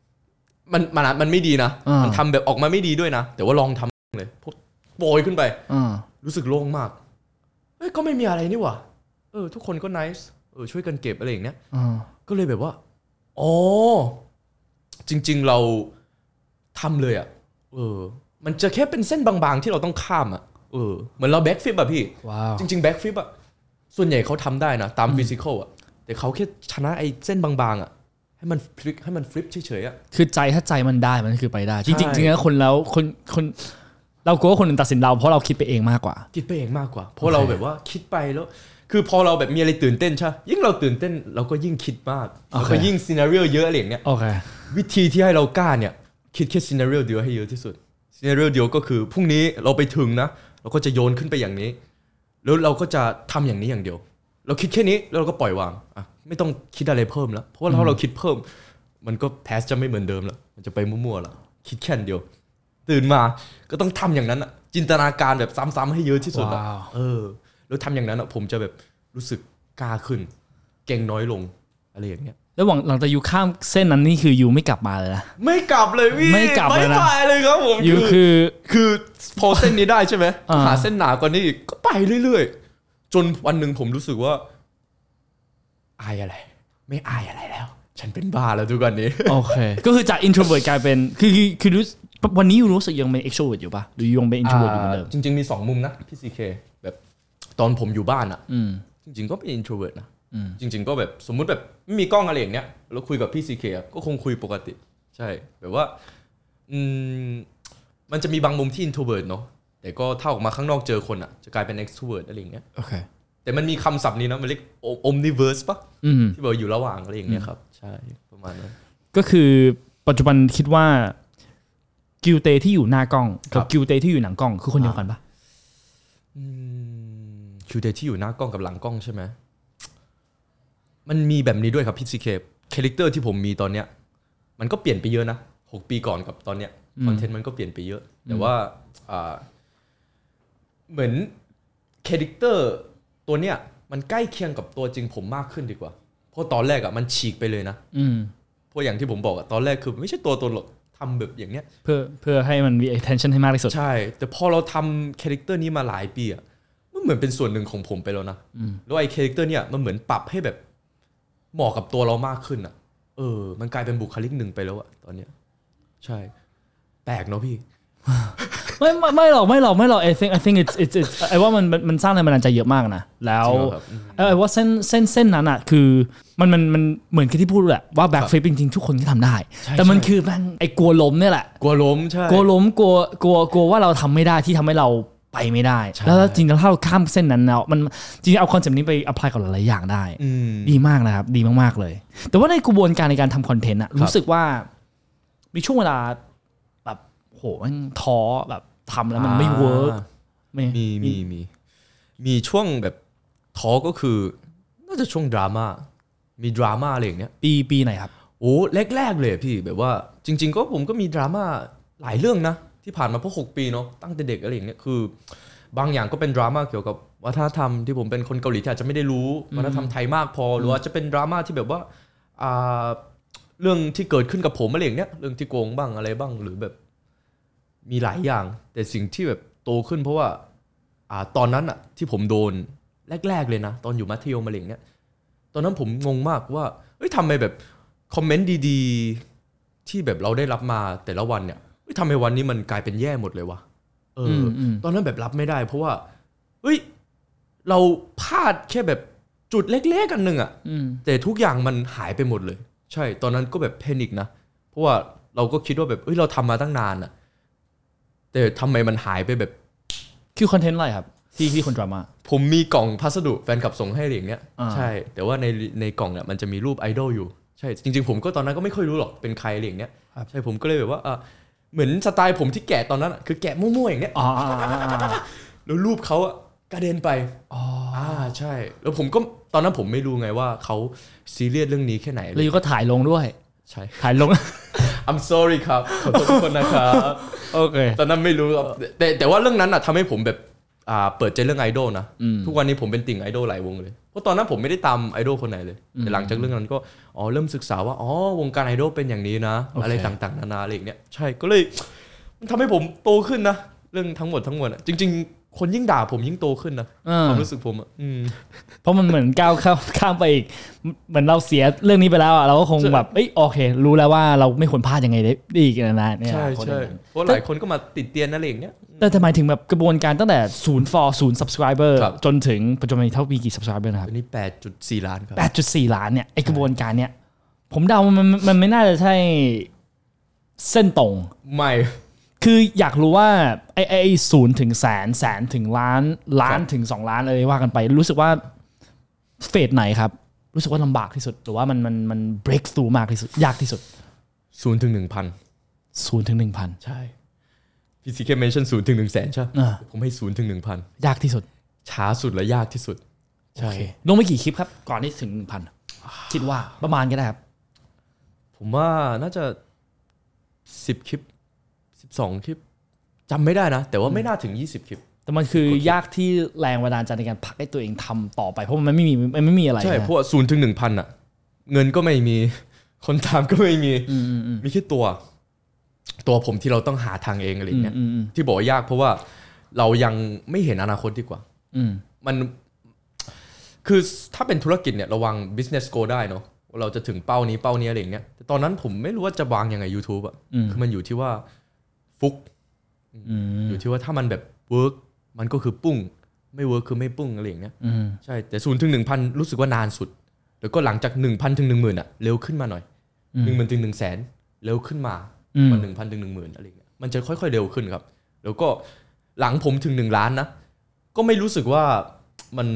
ำมันมันอะมันไม่ดีนะ
อ่ามั
มันทำแบบออกมาไม่ดีด้วยนะ แต่ว่าลองทำเลยโปรยขึ้นไป
อ่า
รู้สึกโล่งมาก เอ้ยก็ไม่มีอะไรนี่หว่า เออ ทุกคนก็ไนส์เออช่วยกันเก็บอะไรอย่างเนี้ย
อ่า
ก็เลยแบบว่า อ๋อ จริง ๆเราทำเลยอะ่ะ เออ มันจะแค่เป็นเส้นบางๆ ที่เราต้องข้ามอะ่ะ เออ เหมือนเราแบ็กฟิปอะพี่
ว้าว
จริงๆแบ็กฟิปอะส่วนใหญ่เขาทำได้นะ ตามฟิสิกอลอะแต่เขาแค่ชนะไอ้เส้นบางๆอะ่ะ ให้มันพลิกให้มันฟลิปเฉยๆอะ
คือใจถ้าใจมันได้มันคือไปได้ จริงๆจ
ใช่
ริงๆแล้วคนแล้วคนคน เรากลัวว่าคนอื่นตัดสินเราเพราะเราคิดไปเองมากกว่า
คิดไปเองมากกว่า เพราะเราแบบว่าคิดไปแล้ว คือพอเราแบบมีอะไรตื่นเต้นใช่ ยิ่งเราตื่นเต้นเราก็ยิ่งคิดมาก
โอ
เรา
เค
ก็ยิ่งซีนารีโอเยอะอะไรอย่างเงี้ย
โอเค
วิธีที่ให้เรากล้าเนี่ย คิดแค่ซีนารีโอเดียวให้เยอะที่สุด ซีเนเรียเดียวก็คือพรุ่งนี้เราไปถึงนะ เราก็จะโยนขึ้นไปอย่างนี้ แล้วเราก็จะทำอย่างนี้อย่างเดียว เราคิดแค่นี้แล้วเราก็ปล่อยวางอ่ะไม่ต้องคิดอะไรเพิ่มแล้ว เพราะว่าถ้าเราคิดเพิ่ม มันก็แทสจะไม่เหมือนเดิมแล้วมันจะไปมั่วๆแล้วคิดแค่อันเดียว ตื่นมาก็ต้องทำอย่างนั้นอ่ะ จินตนาการแบบซ้ำๆให้เยอะที่สุดอะ
ว้าว
เออ แล้วทำอย่างนั้นอ่ะผมจะแบบรู้สึกกล้าขึ้น เก่งน้อยลงอะไรอย่างเงี้ย
แล้วหลังหลังจากอยู่ข้ามเส้นนั้นนี่คืออยู่ไม่กลับมาเลยนะ
ไม่กลับเลยพี่
ไม่กลับเลยนะ
ไปเลยครับผม
อยู่
คือ
คือ
คือพอเส้นนี้ได้ใช่ไหม
อ่า
หาเส้นหนากว่านี้อีกก็ไปเรื่อยๆ จนวันหนึ่งผมรู้สึกว่า อายอะไร ไม่อายอะไรแล้ว ฉันเป็นบ้าแล้วทุกวันนี้
โอเค ก็คือจาก introvert กลายเป็นคือคือคือรู้วันนี้อยู่รู้สึกยังเป็น extrovert อยู่ปะหรือยังเป็น introvert อยู่เหมือนเดิม
อ่าจริงๆมีสองมุมนะพี่ซีเคแบบตอนผมอยู่บ้านอะจริง ๆ ก็เป็น introvert นะจริง ๆ ก็แบบสมมุติแบบไม่มีกล้องอะไรอย่างเนี้ยแล้วคุยกับพี่ซีเคก็คงคุยปกติ ใช่ แบบว่าอืมมันจะมีบางมุมที่ introvert เนาะแต่ก็ถ้าออกมาข้างนอกเจอคนอะจะกลายเป็น extrovert อะไรอย่างเงี้ย
โอเค
แต่มันมีคำศัพท์นี้นะมันเรียก omniverse ปะ
อืม
ที่บอกอยู่ระหว่างอะไรอย่างเงี้ยครับใช่ประมาณนั้น
ก็คือปัจจุบันคิดว่ากิวเตที่อยู่หน้ากล้อง
ครั
กับบ กิวเตที่อยู่หนังกล้องคือคนเดียวกันปะ
อืมคิวเดย์ที่อยู่หน้ากล้องกับหลังกล้องใช่ไหม มันมีแบบนี้ด้วยครับพี่ซีเคคาลิเตอร์ที่ผมมีตอนเนี้ย มันก็เปลี่ยนไปเยอะนะหกปีก่อนกับตอนเนี้ยคอนเทนต์มันก็เปลี่ยนไปเยอะ แต่ว่าอ่าเหมือนคาลิเตอร์ตัวเนี้ยมันใกล้เคียงกับตัวจริงผมมากขึ้นดีกว่า เพราะตอนแรกอะมันฉีกไปเลยนะ
อืม
เพราะอย่างที่ผมบอกอะตอนแรกคือไม่ใช่ตัวตนหรอกทำแบบอย่างเนี้ย
เพื่อเพื่อให้มันมี attention ให้มากที่สุด
ใช่ แต่พอเราทำคาแรคเตอร์นี้มาหลายปีอะมันเหมือนเป็นส่วนหนึ่งของผมไปแล้วนะแล้วไอ้คาแรคเตอร์เนี่ยมันเหมือนปรับให้แบบเหมาะกับตัวเรามากขึ้นอะเออ มันกลายเป็นบุคลิกหนึ่งไปแล้วอะตอนเนี้ย ใช่ แปลกเนาะพี่
ไม่ไม่ไม่หรอกไม่หรอกไม่หรอก I think I think it's it's it's ไอ้ว่ามันมันมันสร้างแรงบันดาลใจเยอะมากนะแล้ว
จริงเหรอครับ
ไอ้ไอ้ว่าเส้นเส้นเส้นนั้นอ่ะคือมันมันมันเหมือนกับที่พูดแหละว่าแบ็คฟลิปจริงๆทุกคนก็ทำได้ แต่มันคือแม่งไอ้กลัวล้มเนี่ยแหละ
กลัวล้มใช่
กลัวล้มกลัวกลัวกลัวว่าเราทำไม่ได้ที่ทำให้เราไปไม่ได้
ใช่
แล้วจริงๆแล้วถ้าเราข้ามเส้นนั้นแล้วมันจริงๆเอาคอนเซปต์นี้ไปอ p พลายกับหลายๆอย่างได้
อืม
ดีมากนะครับ ดีมากๆเลย แต่ว่าในกระบวนการในการทำคอนเทนต์อะรู้สึกว่ามีช่วงเวลาแบบโหแมันท้อแบบทำแล้วมันไม่เวิร์กไม่
มีมีมีมีช่วงแบบท้อก็คือ น่าจะช่วงดราม่ามีดราม่าอะไรอย่างเนี้ย
ปีปีไหนครับ
โอ้แรกๆเลยอะพี่แบบว่าจริง ๆ ก็ผมก็มีดราม่าหลายเรื่องนะ ที่ผ่านมาเพราะหกปีเนาะตั้งแต่เด็กอะไรอย่างเงี้ยคือ บางอย่างก็เป็นดราม่าเกี่ยวกับวัฒนธรรมที่ผมเป็นคนเกาหลีที่อาจจะไม่ได้รู้วัฒนธรรมไทยมากพอหรือว่าจะเป็นดราม่าที่แบบว่าอ่าเรื่องที่เกิดขึ้นกับผมอะไรอย่างเงี้ยเรื่องที่โกงบ้างอะไรบ้างหรือแบบ มีหลายอย่าง แต่สิ่งที่แบบโตขึ้นเพราะว่าอ่าตอนนั้นอะที่ผมโดนแรก ๆเลยนะ ตอนอยู่มัธยมอะไรอย่างเงี้ยตอนนั้นผมงงมากว่าเอ้ยทำไมแบบ คอมเมนต์ดีๆ ที่แบบเราได้รับมาแต่ละวันเนี่ยเฮ้ยทำไมวันนี้มันกลายเป็นแย่หมดเลยวะเอออ
มอืม
ตอนนั้นแบบรับไม่ได้ เพราะว่าเฮ้ยเราพลาดแค่แบบจุดเล็กๆกันหนึ่งอะ
อืม
แต่ทุกอย่างมันหายไปหมดเลย ใช่ ตอนนั้นก็แบบแพนิกนะ เพราะว่าเราก็คิดว่าแบบเอ้ยเราทำมาตั้งนานอะแต่ทำไมมันหายไปแบบ
คือคอนเทนต์อะไรครับ ที่ที่คนดราม่า
ผมมีกล่องพัสดุแฟนคลับส่งให้อะไรอย่างเงี้ย
อ่า
ใช่ แต่ว่าในในกล่องเนี่ยมันจะมีรูปไอดอลอยู่ใช่จริงๆ ผมก็ตอนนั้นก็ไม่ค่อยรู้หรอกเป็นใครอะไรอย่างเงี้ยใช่ผมก็เลยแบบว่าเออเหมือนสไตล์ผมที่แกะตอนนั้นอะคือแกะมั่วๆอย่างเงี้ย
อ๋ออ๋ออ๋ออ๋อ
แล้วรูปเขาอะกระเด็นไปอ๋ออ่าใช่ แล้วผมก็ตอนนั้นผมไม่รู้ไงว่าเขาซีเรียสเรื่องนี้แค่ไหนอะไร
แล้วอยู่ก็ถ่ายลงด้วย
ใช่
ถ่ายลง
I'm sorry ครับขอโทษทุกคน นะครับ
โอเค
ตอนนั้นไม่รู้ครับแต่แต่แต่ว่าเรื่องนั้นอ่ะทำให้ผมแบบอ่าเปิดใจเรื่องไอดอลนะทุกวันนี้ผมเป็นติ่งไอดอลหลายวงเลยเพราะตอนนั้นผมไม่ได้ตามไอดอลคนไหนเลยแต่หลังจากเรื่องนั้นก็อ๋อเริ่มศึกษาว่าอ๋อวงการไอดอลเป็นอย่างนี้นะ
โอเค
อะไรต่างๆ นานาอะไรอย่างเนี้ยใช่ก็เลย มันทำให้ผมโตขึ้นนะเรื่องทั้งหมดทั้งมวลอะจริง ๆ คนยิ่งด่าผมยิ่งโตขึ้นนะ
อ่า
ความรู้สึกผมอะอืม
เพราะมันเหมือนก้าวข้ามข้ามไปอีก เหมือนเราเสียเรื่องนี้ไปแล้วอ่ะเราก็คง
ใช่
แบบเอ้ยโอเค รู้แล้วว่าเราไม่ควรพลาดยังไงได้ได้อีกนะนะเนี่ย
ใช่
คน
ใช่
อย่างนั้น
เพราะหลายคนก็มาติดเตียนนั่นเอย่างเนี้ย
แต่แต่หมายถึงแบบกระบวนการตั้งแต่ศูนย์ for ศูนย์ subscriber
ครับ
จนถึงปัจจุบันนเท่ามีกี่ subscriber นะครับ
อันนี้ 8.4 ล้านครับ
8.4 ล้านเนี่ยไอกระบวนการเนี่ย ผมเดามันมันมันไม่น่าจะใช่เส้นตรง
ไม่
คืออยากรู้ว่าไอไอศูนย์ถึงแสนแสนถึงล้านล้านถึงสองล้านอะไรว่ากันไป รู้สึกว่าเฟสไหนครับ รู้สึกว่าลำบากที่สุด หรือว่ามันมันมัน break through มากที่สุด ยากที่สุด
0ถึง1,000
ศูนย์ถึงหนึ่งพัน
ใช่ พี่ซีเคเมนชั่นศูนย์ถึงหนึ่งแสนใช่ปะ
อ่า
ผมให้ศูนย์ถึงหนึ่งพัน
ยากที่สุด
ช้าสุดและยากที่สุด ใช่
โอเคลงไปกี่คลิปครับ ก่อนที่ถึงหนึ่งพันคิดว่าประมาณก็ได้ครับ
ผมว่าน่าจะสิบคลิปสิบสองคลิปจำไม่ได้นะ แต่ว่าไม่น่าถึงยี่สิบคลิป
แต่มันคือยากที่แรงบันดาลใจในการผลักให้ตัวเองทำต่อไป เพราะมันไม่มีมันไม่มีอะไร
ใช่
นะ
เพราะศูนย์ถึงหนึ่งพันอะเงินก็ไม่มี คนตามก็ไม่มี
อืมอืมอืม
มีแค่ตัว ตัวผมที่เราต้องหาทางเองอะไรอย่างเงี้ย
อืมอืม
ที่บอกว่ายากเพราะว่าเรายังไม่เห็นอนาคตดีกว่า
อืม
มันคือถ้าเป็นธุรกิจเนี่ยระวัง business goal ได้เนาะว่าเราจะถึงเป้านี้เป้านี้อะไรอย่างเงี้ยแต่ตอนนั้นผมไม่รู้ว่าจะวางยังไง YouTube อะ
อืม
คือมันอยู่ที่ว่าฟุก
อืม
อยู่ที่ว่าถ้ามันแบบ work มันก็คือปุ้ง ไม่ work คือไม่ปุ้งอะไรอย่างเงี้ย
อืม
ใช่แต่ศูนย์ถึงหนึ่งพันรู้สึกว่านานสุด แล้วก็หลังจากหนึ่งพันถึงหนึ่งหมื่นอะเร็วขึ้นมาหน่อยหนึ่งหมื่นถึงหนึ่งแสนเร็วขึ้นมา
อืม
กว่าหนึ่งพันถึงหนึ่งหมื่นอะไรอย่างเงี้ยมันจะค่อยๆเร็วขึ้นครับ แล้วก็หลังผมถึงหนึ่งล้านนะก็ไม่รู้สึกว่ามัน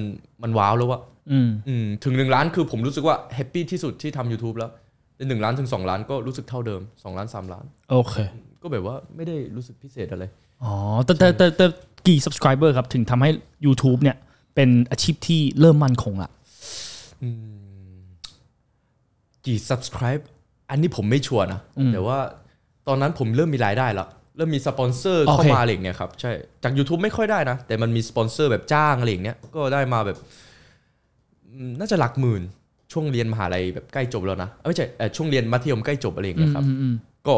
มันว้าวแล้วว่า
อืม
ถึงหนึ่งล้านคือผมรู้สึกว่าแฮปปี้ที่สุดที่ทำ YouTube แล้วแต่หนึ่งล้านถึงสองล้านก็รู้สึกเท่าเดิมสองล้านสามล้าน
โอเค
ก็แบบว่าไม่ได้รู้สึกพิเศษอะไร
อ๋อแต่แต่แต่แต่กี่ subscriber ครับ ถึงทำให้ YouTube เนี่ย เป็นอาชีพที่เริ่มมั่นคงละ
กี่ subscribe อันนี้ผมไม่ชัวร์นะ แต่ว่าตอนนั้นผมเริ่มมีรายได้แล้ว เริ่มมีสปอนเซอร์
โอเค
เข้ามาอะไรอย่างเงี้ยครับ ใช่ จาก YouTube ไม่ค่อยได้นะ แต่มันมีสปอนเซอร์แบบจ้างอะไรอย่างเงี้ย ก็ได้มาแบบอืมน่าจะหลักหมื่น ช่วงเรียนมหาลัยแบบใกล้จบแล้วนะเอ้ยไม่ใช่เอ่อช่วงเรียนมัธยมใกล้จบอะไรอย่างเงี้ยครับ
อืมอืม
ก็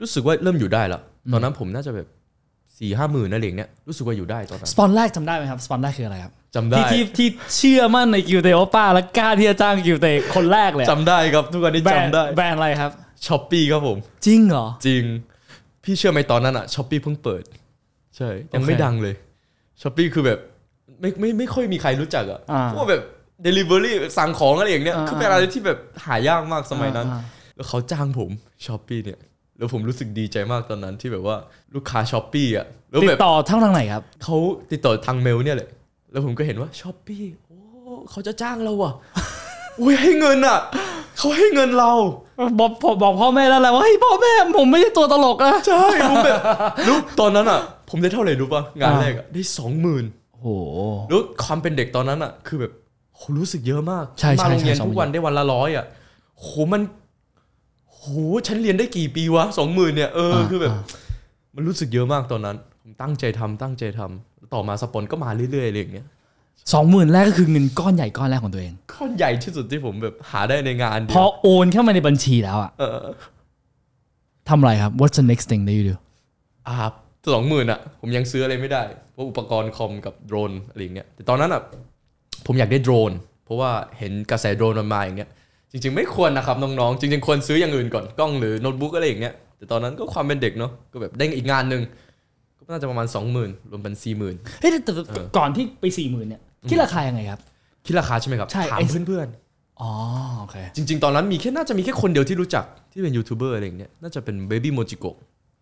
รู้สึกว่าเริ่มอยู่ได้แล้ว ตอนนั้นผมน่าจะแบบสี่ห้าหมื่นอะไรอย่างเงี้ย รู้สึกว่าอยู่ได้ตอนนั้น
สปอนแรกจำได้ไหมครับ สปอนแรกคืออะไรครับ
จำได้
ที่ที่ที่เชื่อมั่นในกิวเตโอป้าและกล้าที่จะจ้างกิวเตคนแรกเลยอะ
จำได้ครับ ทุกวันนี้
แบรนด์
จำได้
แบรนด์อะไรครับ
ช้อปปี้ครับผม
จริงเหรอ
จริง พี่เชื่อไหมตอนนั้นอะช้อปปี้เพิ่งเปิด ใช่ ยังไม่
โอเค
ดังเลยช้อปปี้คือแบบไม่ไม่ไม่ค่อยมีใครรู้จักอะ
อ่า
เพราะว่าแบบ Delivery สั่งของอะไรอย่างเนี้ย
อ่า
คือเป็นอะไรที่แบบหายากมากสมัยนั้น
อ่า
แล้วเขาจ้างผมช้อปปี้เนี่ยแล้วผมรู้สึกดีใจมากตอนนั้นที่แบบว่าลูกค้าช้อปปี้อะแล้ว
ติ
แบ
ด
บ
ต่อทางทางไหนครับ
เขาติดต่อทางเมลเนี่ยแหละแล้วผมก็เห็นว่าช้อปปี้โอ้เขาจะจ้างเราอะ อุ้ยให้เงินอะเขาให้เงินเรา
บอกบอกบอกพ่อแม่แล้วแหละว่าเฮ้ยพ่อแม่ผมไม่ใช่ตัวตลกนะ
ใช่ผมแบบรู้ตอนนั้นอ่ะ ผมได้เท่าไหร่รู้ป่ะ งาน
อ่า
แรกอ่ะ ได้สองหมื่น
โอ้โห
แล้วความเป็นเด็กตอนนั้นอ่ะ คือแบบโหรู้สึกเยอะมาก
ใช่ใช่
มาโรงเรียน
ใช่
ทุกวันได้วันละร้อยอ่ะโหมันโหฉันเรียนได้กี่ปีวะสองหมื่นเนี่ย เอออคือแบบ มันรู้สึกเยอะมากตอนนั้น ผมตั้งใจทำตั้งใจทำต่อมาสปอนก็มาเรื่อยๆอะไรอย่างเงี้ย
สองหมื่นแรกก็คือเงินก้อนใหญ่ก้อนแรกของตัวเอง
ก้อนใหญ่ที่สุดที่ผมแบบหาได้ในงานเดี
พ
ย
อ
ว
โอนเข้ามาในบัญชีแล้วอะ
เออ
ทำอะไรครับ What's the next thing that you do
อ่าสองหมื่นอ่ะ ผมยังซื้ออะไรไม่ได้เพราะอุปกรณ์คอมกับโดรนอะไรอย่างเงี้ยแต่ตอนนั้นอ่ะ ผมอยากได้โดรน เพราะว่าเห็นกระแสโดรนมันมาอย่างเงี้ยจริง ๆ ไม่ควรนะครับน้องๆจริง ๆ ควรซื้ออย่างอื่นก่อนกล้องหรือโน้ตบุ๊กอะไรอย่างเงี้ยแต่ตอนนั้นก็ความเป็นเด็กเนาะก็แบบได้อีกงานหนึ่งก็น่าจะประมาณ 20,000 รวมเป็น
เฮ้ยแต่แต่แต่ก่อนที่ไปสี่หมื่นเนี่ยคิดราคายังไงครับ
40,000 คิดราคาใช่ไหมครับ
ใช่
ถาม
ไอ้
เพื่อน
อ๋อโอเค
ๆ จริง ๆ ตอนนั้นมีแค่น่าจะมีแค่คนเดียวที่รู้จักที่เป็นยูทูบเบอร์อะไรอย่างเงี้ยน่าจะเป็นเบบี้โมจิโกะ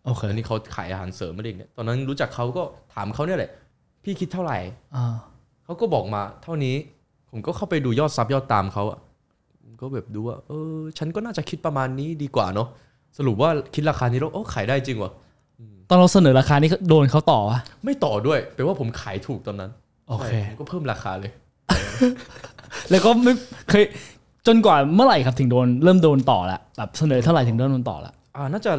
โอเค
อันนี้เขาขายอาหารเสริมอะไรอย่างเงี้ยตอนนั้นรู้จักเขาก็ถามเขาเนี่ยแหละพี่คิดเท่าไหร่
อ่า
เขาก็บอกมาเท่านี้ ผมก็เข้าไปดูยอดซับยอดตามเขาอะผมก็แบบดูว่า เออ ฉันก็น่าจะคิดประมาณนี้ดีกว่าเนาะสรุปว่าคิดราคานี้แล้วโอ้ขายได้จริงวะ
ตอนเราเสนอราคานี่โดนเขาต่อวะ
ไม่ต่อด้วยแปลว่าผมขายถูกตอนนั้น
โอเค
ใช่ผมก็เพิ่มราคาเลย
แล้วก็ไม่เคยจนกว่าเมื่อไหร่ครับถึงโดนเริ่มโดนต่อละแบบเสนอเท่าไหร่ถึงเริ่มโดนต่อละ
อ่าน่าจะ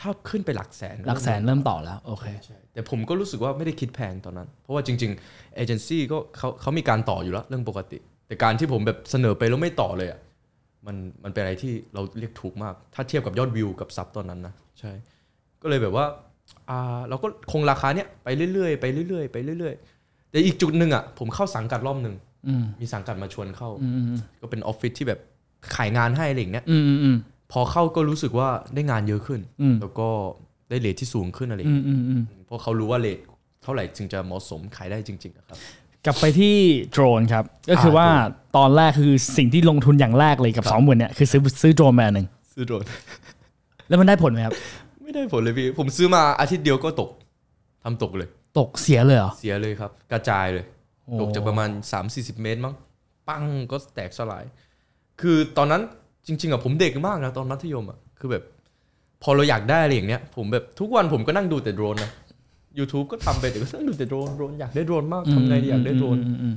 ถ้าขึ้นไปหลักแสน
หลักแสนเริ่มต่อแล้วโอเค
ใช่แต่ผมก็รู้สึกว่าไม่ได้คิดแพงตอนนั้น เพราะว่าจริงๆเอเจนซี่ก็เขาเขามีการต่ออยู่แล้วเรื่องปกติ แต่การที่ผมแบบเสนอไปแล้วไม่ต่อเลยอะมันมันเป็นอะไรที่เราเรียกถูกมาก ถ้าเทียบกับยอดวิวกับซับตอนนั้นนะใช่ ก็เลยแบบว่าอ่าเราก็คงราคาเนี้ยไปเรื่อยๆไปเรื่อยๆไปเรื่อยๆ แต่อีกจุดหนึ่งอ่ะผมเข้าสังกัดรอบหนึ่ง
อืม
มีสังกัดมาชวนเข้า
อืม
ก็เป็นออฟฟิศที่แบบขายงานให้อะไรอย่างเงี้ย
อืมอืมอืม
พอเข้าก็รู้สึกว่าได้งานเยอะขึ้น
อืม
แล้วก็ได้เลทที่สูงขึ้นอะไรอย่าง
อื
เงี้ย
มอืมอืม
เพราะเขารู้ว่าเลทเท่าไหร่จึงจะเหมาะสมขายได้จริงๆนะครับ
กลับไปที่โดรนครับ ก็คือว่าตอนแรกคือสิ่งที่ลงทุนอย่างแรกเลยกับ
ครับ
สองหมื่นเนี่ยคือซื้อซื้อโดรนมาอันหนึ่ง
ซื้อโดรน
แล้วมันได้ผลไหมครับ
ไม่ได้ผลเลยพี่ ผมซื้อมาอาทิตย์เดียวก็ตกทำตกเลย
ตกเสียเลยเหรอ
เสียเลยครับ กระจายเลย
โอ้
ตกจากประมาณ 3 4 0 เมตรมั้งปั้งก็แตกสลาย คือตอนนั้นจริง ๆอะผมเด็กมากนะตอนมัธยมอะคือแบบ พอเราอยากได้อะไรอย่างเนี้ย ผมแบบทุกวันผมก็นั่งดูแต่โดรนนะ YouTube ก็ทำไปแต่ก็นั่งดูแต่โดรนโดรนอยากได้โดรนมากทำไงดีอยากได้โดรน
อืมอืมอืม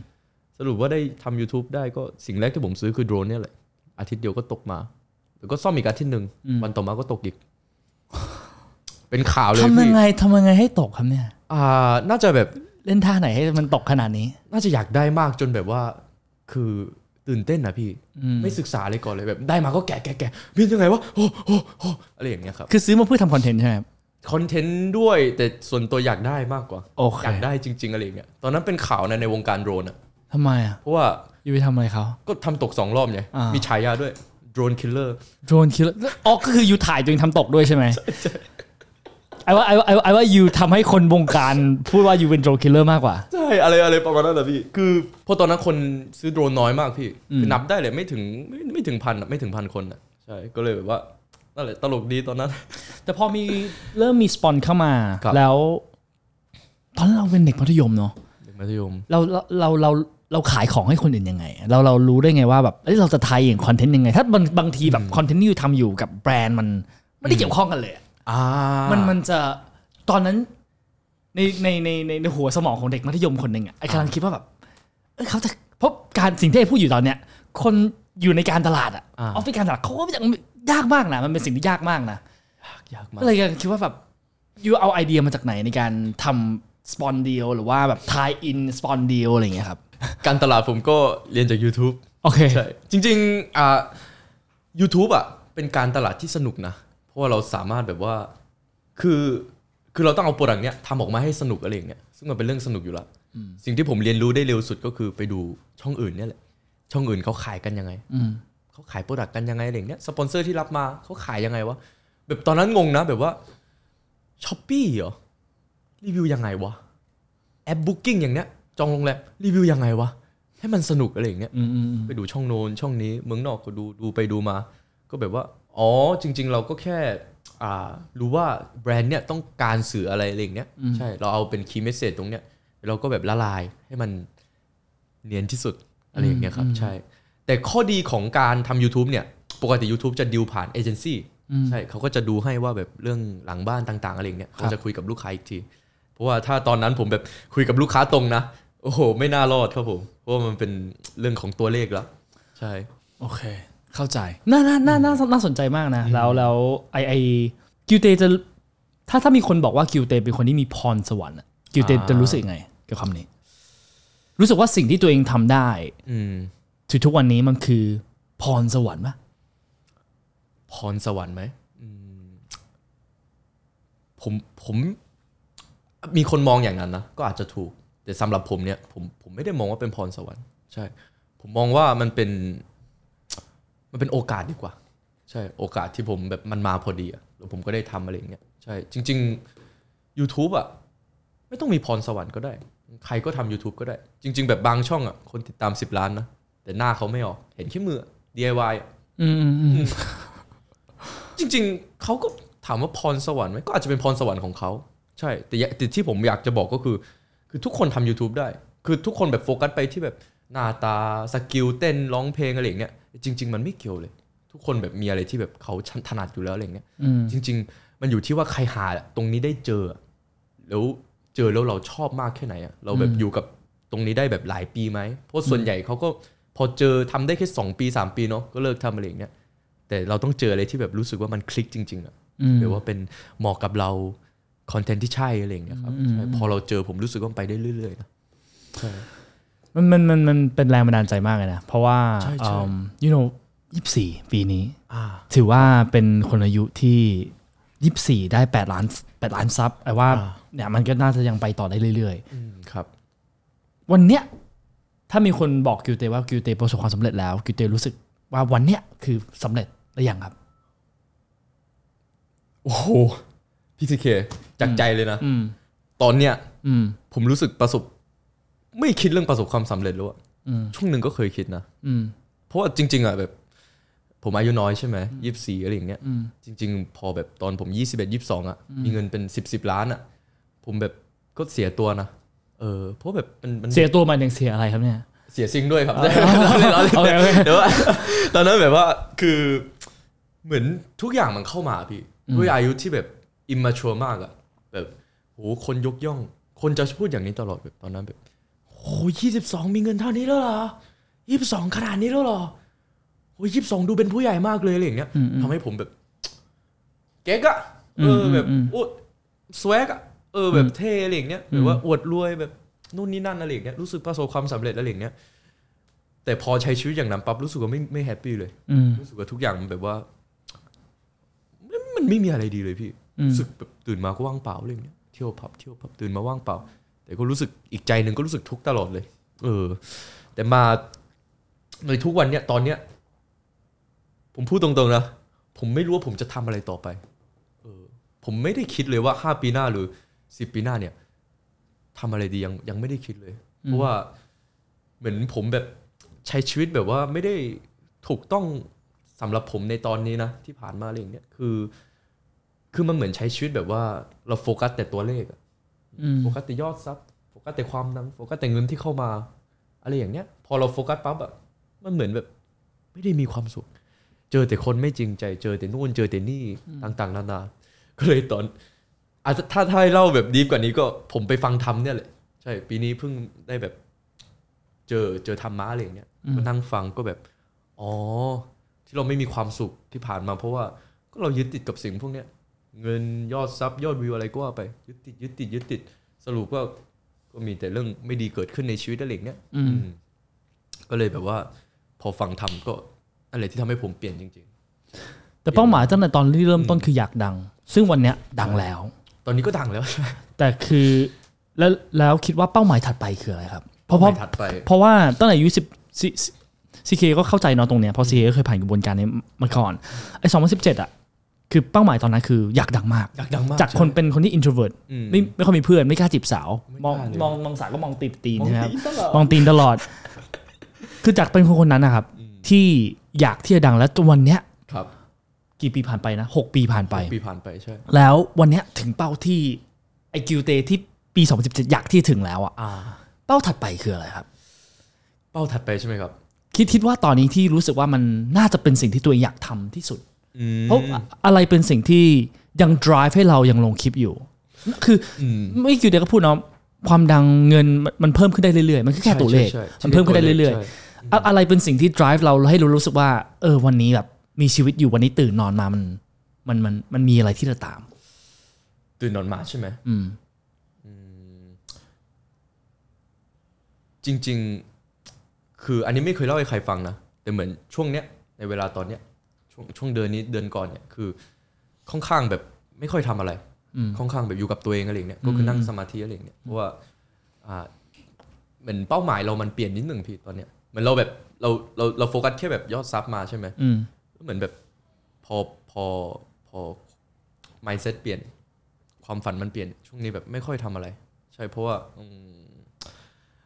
สรุปว่าได้ทำ YouTube ได้ก็สิ่งแรกที่ผมซื้อคือโดรนเนี่ยแหละ อาทิตย์เดียวก็ตกมา แล้วก็ซ่อมอีกอาทิตย์หนึ่งวันต่อมาก็ตกอีก เป็นข่าวเลย
ทำยั
พี่
งไงทำยังไงให้ตกครับเนี่ย
อ่าน่าจะแบบ
เล่นท่าไหนให้มันตกขนาดนี้
น่าจะอยากได้มากจนแบบว่า คือตื่นเต้นนะพี่
อืม
ไม่ศึกษาเลยก่อนเลยแบบ ได้มาก็แกะแกะแกะพี่ยังไงวะโอ้โอ้โอ้อะไรอย่างเงี้ยครับ
คือซื้อมาเพื่อทำคอนเทนต์ใช่ไหมครับ
คอนเทนต์ด้วยแต่ส่วนตัวอยากได้มากกว่า
โอเค
อยากได้จริง ๆ อะไรอย่างเงี้ยตอนนั้นเป็นข่าวนะในวงการโดรนอะ
ทำไมอ่ะ
เพราะว่า
อยู่ไปทำอะไรเขา
ก็ทำตกสองรอบไง
อ่ามี
มีฉายาด้วยโดรนคิลเลอร์
โดรนคิลอ๋อก็คืออยู่ถ่ายตัวเองทำตกด้วยใช่ไหมไอ้ว่าไอ้ว่าไอ้ว่าไอ้ว่าอยู่ทำให้คนวงการพูดว่าอยู่เป็นโดรนคิลเลอร์มากกว่า
ใช่อะไรอะไรประมาณนั้นแหละพี่ คือเพราะตอนนั้นคนซื้อโดรนน้อยมากพี่คือนับได้เลยไม่ถึงไม่ไม่ถึงพันอะไม่ถึงพันคนอ่ะใช่ก็เลยแบบว่านั่นแหละตลกดีตอนนั้น
แต่พอมีเริ่มมีสปอนเข้ามา
ครับ
แล้ว ตอนนั้นเราเป็นเด็กมัธยมเนาะ
เด็กมัธยม
เราเราเราเราเราขายของให้คนอื่นยังไง เราเรารู้ได้ไงว่าแบบเอ้ยเราจะทายอย่างคอนเทนต์ยังไง ถ้าบางบางทีแบบคอนเทนต์ที่อยู่ทำอยู่กับแบรนด์มันไม่ได้เกี่ยวข้องกันเลยอะ
อ่า
มั
มัน
มันจะตอนนั้นในในในในในหัวสมองของเด็กมัธยมคนหนึ่งอ่ะไอ้กำลังคิดว่าแบบเอ้ยเขาจะเพบการสิ่งที่ไอ้พูดอยู่ตอนเนี้ย คนอยู่ในการตลาดอะออฟฟิศการตลาดเขาก็ยังยากมากนะมันเป็นสิ่งที่ยากมากนะ
ยากมาก
ก็เลยกำลังคิดว่าแบบยูเอาไอเดียมาจากไหนในการทำสปอนเดียลหรือว่าแบบทายอินสปอนเดียลอะไรอย่างเงี้ยครับ
การตลาดผมก็เรียนจาก YouTube
โอเค
ใช่จริงๆอ่า YouTube อ่ะเป็นการตลาดที่สนุกนะ เพราะว่าเราสามารถแบบว่าคือคือเราต้องเอาโปรดักต์เนี้ยทำออกมาให้สนุกอะไรอย่างเงี้ยซึ่งมันเป็นเรื่องสนุกอยู่ละสิ่งที่ผมเรียนรู้ได้เร็วสุดก็คือไปดูช่องอื่นเนี่ยแหละช่องอื่นเขาขายกันยังไง
อืม
เขาขายโปรดักต์กันยังไงอะไรอย่างเนี้ยสปอนเซอร์ที่รับมาเขาขายยังไงวะแบบตอนนั้นงงนะแบบว่าช้อปปี้เหรอรีวิวยังไงวะแอปบุ๊กิ้งอย่างเนี้ยจองโรงแรมรีวิวยังไงวะให้มันสนุกอะไรอย่างเนี้ย
อืมอืมอืม
ไปดูช่องโน้นช่องนี้เมืองนอกก็ดูดูไปดูมา ก็แบบว่า อ๋อจริง ๆ เราก็แค่อ่ารู้ว่าแบรนด์เนี้ยต้องการสื่ออะไรอะไรอย่างเนี้ยใช่เราเอาเป็นคีย์เมสเซจตรงเนี้ยเราก็แบบละลายให้มันเนียนที่สุดอะไรอย่างเงี้ยครับใช่ แต่ข้อดีของการทำ YouTube เนี่ย ปกติ YouTube จะดิวผ่านเอเจนซี่ใช่เขาก็จะดูให้ว่าแบบเรื่องหลังบ้านต่าง ๆ อะไรอย่างเงี้ยเขาจะคุยกับลูกค้าอีกที เพราะว่าถ้าตอนนั้นผมแบบคุยกับลูกค้าตรงนะ โอ้โห ไม่น่ารอดครับผม เพราะว่ามันเป็นเรื่องของตัวเลขแล้ว ใช่
โอเค เข้าใจน่าน่าน่าน่าน่าสนใจมากนะ แล้วแล้วไอไอกิวเตจะถ้าถ้ามีคนบอกว่ากิวเตเป็นคนที่มีพรสวรรค์อะกิวเต
อ่า
จะรู้สึกยังไงกับคำนี้ รู้สึกว่าสิ่งที่ตัวเองทำได้
อืม
ถึงทุกวันนี้มันคือพรสวรรค์ปะ
พรสวรรค์ไหมอืมผมผมมีคนมองอย่างนั้นนะ ก็อาจจะถูก แต่สำหรับผมเนี่ย ผมผมไม่ได้มองว่าเป็นพรสวรรค์ใช่ ผมมองว่ามันเป็น มันเป็นโอกาสดีกว่า ใช่โอกาสที่ผมแบบมันมาพอดีอะแล้วผมก็ได้ทำอะไรอย่างเงี้ยใช่จริง ๆ YouTube อะไม่ต้องมีพรสวรรค์ก็ได้ ใครก็ทำ YouTube ก็ได้ จริง ๆ แบบบางช่องอะคนติดตาม 10 ล้านนะ แต่หน้าเขาไม่ออก เห็นแค่มืออะ DIY อะ
อืมอืมอืม
จริง ๆ เขาก็ถามว่าพรสวรรค์ไหมก็อาจจะเป็นพรสวรรค์ของเขาใช่ แต่อย่าแต่ที่ผมอยากจะบอกก็คือ คือทุกคนทำ YouTube ได้ คือทุกคนแบบโฟกัสไปที่แบบหน้าตาสกิลเต้นร้องเพลงอะไรอย่างเงี้ยจริง ๆ มันไม่เกี่ยวเลย ทุกคนแบบมีอะไรที่แบบเขาถนัดอยู่แล้วอะไรอย่างเงี้ย
อืม
จริง ๆ มันอยู่ที่ว่าใครหาตรงนี้ได้เจอ แล้วเจอแล้วเราชอบมากแค่ไหนอะเราแบบอยู่กับตรงนี้ได้แบบหลายปีไหมเพราะส่วนใหญ่เขาก็พอเจอทำได้แค่ 2 ปี 3 ปีเนาะก็เลิกทำอะไรอย่างเงี้ยแต่เราต้องเจออะไรที่แบบรู้สึกว่ามันคลิกจริง ๆอะ
อืม
หรือว่าเป็นเหมาะกับเราคอนเทนต์ที่ใช่อะไรอย่างเงี้ยครับ
อืม
ใช่พอเราเจอผมรู้สึกว่ามันไปได้เรื่อยๆนะใช่
มันมันมันมันเป็นแรงบันดาลใจมากเลยนะ เพราะว่า
ใช่ใช่
เอิ่ม you know ยี่สี่ปีนี้
อ่า
ถือว่าเป็นคนอายุที่ยี่สี่ได้แปดล้านแปดล้านซับไอ้ว่า
อ่า
เนี่ยมันก็น่าจะยังไปต่อได้เรื่อย ๆ
อืมครับ
วันเนี้ยถ้ามีคนบอกกิวเตว่ากิวเตประสบความสำเร็จแล้วกิวเตรู้สึกว่าวันเนี้ยคือสำเร็จหรือยังครับ
โอ้โหพี่ซีเคจากใจเลยนะ
อืม
ตอนเนี้ย
อืม
ผมรู้สึกประสบ ไม่คิดเรื่องประสบความสำเร็จแล้วอะ
อืม
ช่วงหนึ่งก็เคยคิดนะ
อืม
เพราะว่าจริง ๆอะแบบ ผมอายุน้อยใช่ไหมยี่สิบสี่อะไรอย่างเงี้ยจริง ๆ พอแบบตอนผมยี่สิบเอ็ดยี่สิบสองอะมีเงินเป็นสิบสิบล้านอะผมแบบก็เสียตัวนะเออเพราะแบบมันมัน
เสียตัวมันยังเสียอะไรครับเนี่ย
เสียซิงด้วยครับใช่เราเล่นเราเล่น
โอเคโอเค
แต่ว่าตอนนั้นแบบว่าคือเหมือนทุกอย่างมันเข้ามาพี่ ด้วยอายุที่แบบอิมมาชัวมากอะแบบโหคนยกย่อง คนจะพูดอย่างนี้ตลอดแบบตอนนั้นแบบโหยี่สิบสองมีเงินเท่านี้แล้วเหรอยี่สิบสองขนาดนี้แล้วเหรอโหยี่สิบสองดูเป็นผู้ใหญ่มากเลยอะไรอย่างเงี้ยทำให้ผมแบบ เก๊กอะเอออ
ม
แบบ
อืม
โอ้สวกอะเออแบบเท่อะไรอย่างเงี้ยหรือว่าอวดรวยแบบนู่นนี่นั่นอะไรอย่างเงี้ยรู้สึกประสบความสำเร็จอะไรอย่างเงี้ยแต่พอใช้ชีวิตอย่างนั้นปั๊บรู้สึกว่าไม่ไม่แฮปปี้เลย
อืม
รู้สึกว่าทุกอย่างมันแบบว่า มันไม่มีอะไรดีเลยพี่
อืม
รู้สึกแบบตื่นมาก็ว่างเปล่าเลยเนี่ยเที่ยวผับเที่ยวผับตื่นมาว่างเปล่า แต่ก็รู้สึกอีกใจหนึ่งก็รู้สึกทุกข์ตลอดเลย เออ แต่มาในทุกวันเนี่ยตอนเนี้ย ผมพูดตรงๆนะผมไม่รู้ว่าผมจะทำอะไรต่อไป เออ ผมไม่ได้คิดเลยว่าห้าปีหน้าหรือสิบปีหน้าเนี่ยทำอะไรดียังยังไม่ได้คิดเลย เพราะว่าเหมือนผมแบบใช้ชีวิตแบบว่าไม่ได้ถูกต้อง สำหรับผมในตอนนี้นะที่ผ่านมาอะไรอย่างเงี้ยคือ คือมันเหมือนใช้ชีวิตแบบว่าเราโฟกัสแต่ตัวเลขอะ
อืม
โฟกัสแต่ยอดทรัพย์โฟกัสแต่ความนั้นโฟกัสแต่เงินที่เข้ามา อะไรอย่างเงี้ย พอเราโฟกัสปั๊บอะมันเหมือนแบบ ไม่ได้มีความสุข เจอแต่คนไม่จริงใจ เจอแต่นู่นเจอแต่นี่ต่างๆนานา ก็เลยตอนอาจจะถ้าถ้าให้เล่าแบบดีฟกว่านี้ก็ผมไปฟังธรรมเนี่ยแหละใช่ ปีนี้เพิ่งได้แบบ เจอเจอธรรมะอะไรอย่างเงี้ยก็นั่งฟังก็แบบ อ๋อ ที่เราไม่มีความสุขที่ผ่านมาเพราะว่าก็เรายึดติดกับสิ่งพวกเนี้ย เงินยอดทรัพย์ยอดวิวอะไรก็ว่าไปยึดติดยึดติดยึดติด สรุปก็ก็มีแต่เรื่องไม่ดีเกิดขึ้นในชีวิตอะไรอย่างเงี้ย
อืม
อืมก็เลยแบบว่า พอฟังทำก็อะไรที่ทำให้ผมเปลี่ยนจริง
แต่เป้าหมายตั้งแต่ตอนที่เริ่มต้นคืออยากดัง ซึ่งวันเนี้ยดังแล้ว
ๆ ตอนนี้ก็ดังแล้ว
แต่คือแล้วแล้วคิดว่าเป้าหมายถัดไปคืออะไรครับ เพราะเพราะ
ไปถัดไป
เพราะว่าตั้งแต่อายุสิบซีเคก็เข้าใจเนาะตรงเนี้ยเพราะซีเคก็เคยผ่านกระบวนการนี้มาก่อนไอ้สองพันสิบเจ็ดอ่ะคือเป้าหมายตอนนั้นคืออยากดังมาก
อยากดังมาก
จากคนเป็นคนที่ introvert
อืม
ไม่ไม่ค่อยมีเพื่อนไม่กล้าจีบสาว มอง
กล้าเลย
มองมองสาวก็มองตีนตีน
มอง
ใช่ไหมค
ดี
รับ
ตลอด
มองตีนตลอด คือจากเป็นคนคนนั้นนะครับ ที่อยากที่จะดังแล้วจนวันเนี้ย
ครับ
กี่ปีผ่านไปนะหกปีผ่านไป
ปีผ่านไปใช่
แล้ววันเนี้ยถึงเป้าที่ไอกิวเตที่ปี 2017 อยากที่ถึงแล้วอะ
อ่า
เป้าถัดไปคืออะไรครับ
เป้าถัดไปใช่ไหมครับ
คิดคิดว่าตอนนี้ที่รู้สึกว่ามันน่าจะเป็นสิ่งที่ตัวเองอยากทำที่สุด
อืม
เพราะอะไรเป็นสิ่งที่ยัง drive ให้เรายังลงคลิปอยู่ คืออ
ม
ไม่กิวเตก็พูดเนาะความดังเงินมันมันเพิ่มขึ้นได้เรื่อยๆ มันก็แค่
ใช่
ตัวเลข
ใช่ใช่
มันเพิ่มขึ้นได้เรื่อย
ใช่
ๆอะอะไรเป็นสิ่งที่ drive เราให้เรารู้สึกว่าเออวันนี้แบบมีชีวิตอยู่วันนี้ตื่นนอนมามันมันมันมันมีอะไรที่จะตาม
ตื่นนอนมาใช่ไหม
อืม
จริง ๆ คืออันนี้ไม่เคยเล่าให้ใครฟังนะ แต่เหมือนช่วงเนี้ยในเวลาตอนเนี้ยช่วงช่วงเดือนนี้เดือนก่อนเนี่ยคือ ค่อนข้างแบบไม่ค่อยทำอะไร
อืม
ค่อนข้างแบบอยู่กับตัวเองอะไรอย่างเนี้ยก็คือนั่งสมาธิอะไรอย่างเนี้ยเพราะว่าอ่าเหมือนเป้าหมายเรามันเปลี่ยนนิดหนึ่งพี่ตอนเนี้ยเหมือนเราแบบเราเราเราโฟกัสแค่แบบยอดซับมาใช่ไหม
อืม
เหมือนแบบพอพอพอ mindset เปลี่ยน ความฝันมันเปลี่ยน ช่วงนี้แบบไม่ค่อยทำอะไร ใช่เพราะว่าอืม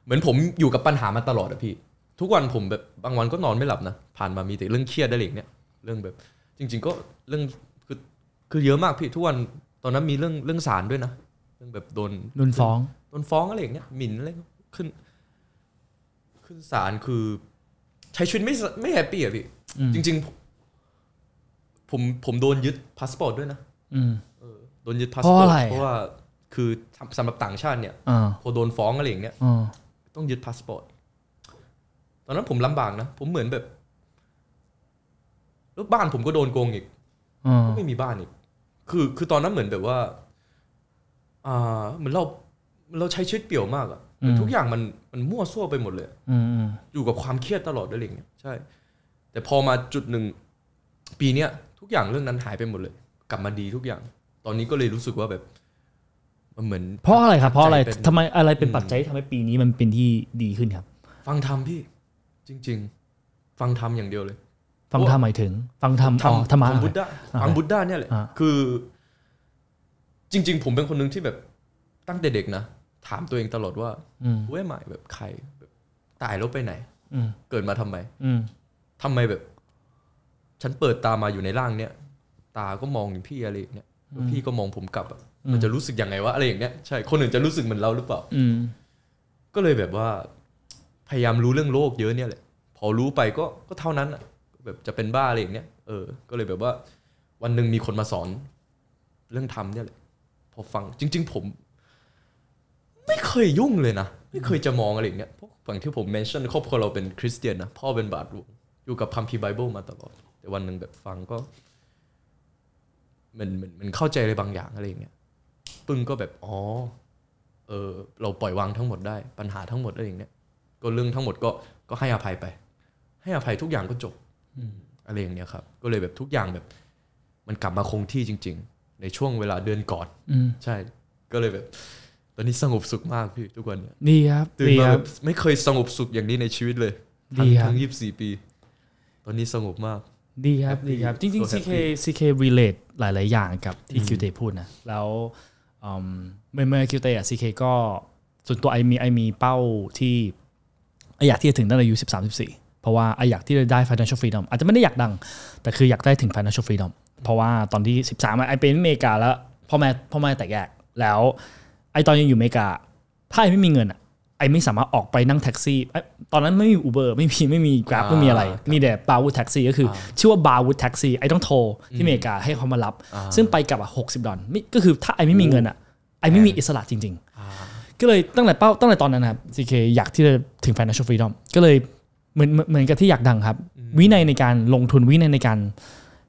เหมือนผมอยู่กับปัญหามาตลอดอะพี่ ทุกวันผมแบบบางวันก็นอนไม่หลับนะผ่านมามีแต่เรื่องเครียดอะไรอย่างเนี้ยเรื่องแบบ จริง ๆ ก็เรื่องคือคือเยอะมากพี่ทุกวันตอนนั้นมีเรื่องเรื่องศาลด้วยนะเรื่องแบบโดน
โดนฟ้อง
โดนฟ้องอะไรอย่างเงี้ยหมิ่นอะไรขึ้น ขึ้นศาลคือ ใช้ชีวิตไม่สไม่แฮปปี้อ่ะพี่
อืม
จริง ๆ ผมผมผมโดนยึดพาสปอร์ตด้วยนะ
อืม
เออโดนยึดพาสป
เพราะ
อร์ต
อะไรอะ
เพราะว่าคือสำสำหรับต่างชาติเนี่ย
อ่า
พอโดนฟ้องอะไรอย่างเงี้ย
อ่า
ต้องยึดพาสปอร์ต ตอนนั้นผมลำบากนะ ผมเหมือนแบบแล้วบ้านผมก็โดนโกงอีก
อ่า
ก็ไม่มีบ้านอีก คือ คือตอนนั้นเหมือนแบบว่า อ่า เหมือนเรา เราใช้ชีวิตเปี่ยวมากอะเหมือนทุกอย่างมัน มันมั่วซั่วไปหมดเลยอะ
อืมอืม
อยู่กับความเครียดตลอดอะไรอย่างเงี้ย ใช่ แต่พอมาจุดหนึ่ง ปีเนี้ยทุกอย่างเรื่องนั้นหายไปหมดเลย กลับมาดีทุกอย่าง ตอนนี้ก็เลยรู้สึกว่าแบบ มันเหมือน
เพราะอะไรครับ เพราะอะไร
ใจเป็น
ทำไมอะไรเป็น
อืม
ปัจจัยที่ทำให้ปีนี้มันเป็นที่ดีขึ้นครับ
ฟังธรรมพี่ จริง ๆ ฟังธรรมอย่างเดียวเลย
ฟังธรรมหมายถึง ฟังธรรมอ๋อธรรมะ
ฟัง
อะไร
บุตดา
อะไร
ฟังบุตดาเนี่ยแหละ
อ่า
คือ จริง ๆ ผมเป็นคนหนึ่งที่แบบตั้งแต่เด็กนะ ถามตัวเองตลอดว่า
อืม
เว้ยใหม่แบบใครแบบตายแล้วไปไหน
อืม
เกิดมาทำไม
อืม
ทำไมแบบ ฉันเปิดตามาอยู่ในร่างเนี่ย ตาก็มองอย่างพี่อะไรอย่างเงี้ยแล้วพี่ก็มองผมกลับอะมันจะรู้สึกยังไงวะอะไรอย่างเงี้ยใช่คนอื่นจะรู้สึกเหมือนเราหรือเปล่า
อืม
ก็เลยแบบว่า พยายามรู้เรื่องโลกเยอะเนี่ยแหละ พอรู้ไปก็ก็เท่านั้นอะแบบจะเป็นบ้าอะไรอย่างเนี้ยเออ ก็เลยแบบว่า วันหนึ่งมีคนมาสอน เรื่องทำเนี่ยแหละพอฟังจริง ๆ ผม ไม่เคยยุ่งเลยนะ ไม่เคยจะมองอะไรอย่างเงี้ยเพราะฝั่างที่ผม mention ครอบครัวเราเป็นคริสเตียนนะพ่อเป็นบาทหลวงอยู่กับคัมภีร์ไบเบิลมาตลอด แต่วันหนึ่งแบบฟังก็เหมันเหมันเหมันเข้าใจอะไรบางอย่างอะไรอย่างเงี้ยปึ้งก็แบบอ๋อเออเราปล่อยวางทั้งหมดได้ ปัญหาทั้งหมดอะไรอย่างเงี้ย ก็เรื่องทั้งหมดก็ก็ให้อภัยไป ให้อภัยทุกอย่างก็จบอะไรอย่างเงี้ยครับ ก็เลยแบบทุกอย่างแบบ มันกลับมาคงที่จริง ๆ ในช่วงเวลาเดือนก่อน
อืม
ใช่ ก็เลยแบบ ตอนนี้สงบสุขมากพี่ทุกวันเนี่ย
ดีครับ
ตื่น
ดี
มา
ค
แบ
รับบ
ไม่เคยสงบสุขอย่างนี้ในชีวิตเลยทั้
ดี
ง
ครับ
ทั้งยี่สิบสี่ปี ตอนนี้สงบมาก
ดีครับ
Happy
ดีครับ จริง
so
ๆ CK
happy
CK relate หลาย ๆ อย่างกับที่ QT พูดนะ แล้วอืมเมื่อเมื่อ QT อ่ะ CK ก็ส่วนตัวไอมีไอมีเป้าที่ไออยากที่จะถึงตั้งแต่อายุ13 14เพราะว่าไออยากที่จะได้ financial freedom อาจจะไม่ได้อยากดัง แต่คืออยากได้ถึง financial freedom เพราะว่าตอนที่ 13อะไอเป็นอเมริกาแล้วพ่อแม่พ่อแม่แตกแยกแล้วไอตอนยังอยู่อเมริกา ถ้าไอไม่มีเงินอะไอไม่สามารถออกไปนั่งแท็กซี่ไอ้ตอนนั้นไม่มีอูเบอร์ไม่มีไม่มีกราฟไม่มีอะไร
อ่า
มีแต่บาวูดแท็กซี่ก็คืออชื่อว่าบาวูดแท็กซี่ไอ้ต้องโทรที่อเมริกาให้เขามารับ ซึ่งไปกลับอ่ะหกสิบดอลมิก็คือถ้าไอ้ไม่มีเงินอ่ะไอ้ไม่มีอิสระจริง ๆ ก็เลยตั้งแต่เป้าตั้งแต่ตอนนั้นนะครับ CK อยากที่จะถึง financial freedom ก็เลยเหมือนเหมือนเหมือนกับที่อยากดังครับ วินัยในการลงทุนวินัยในการ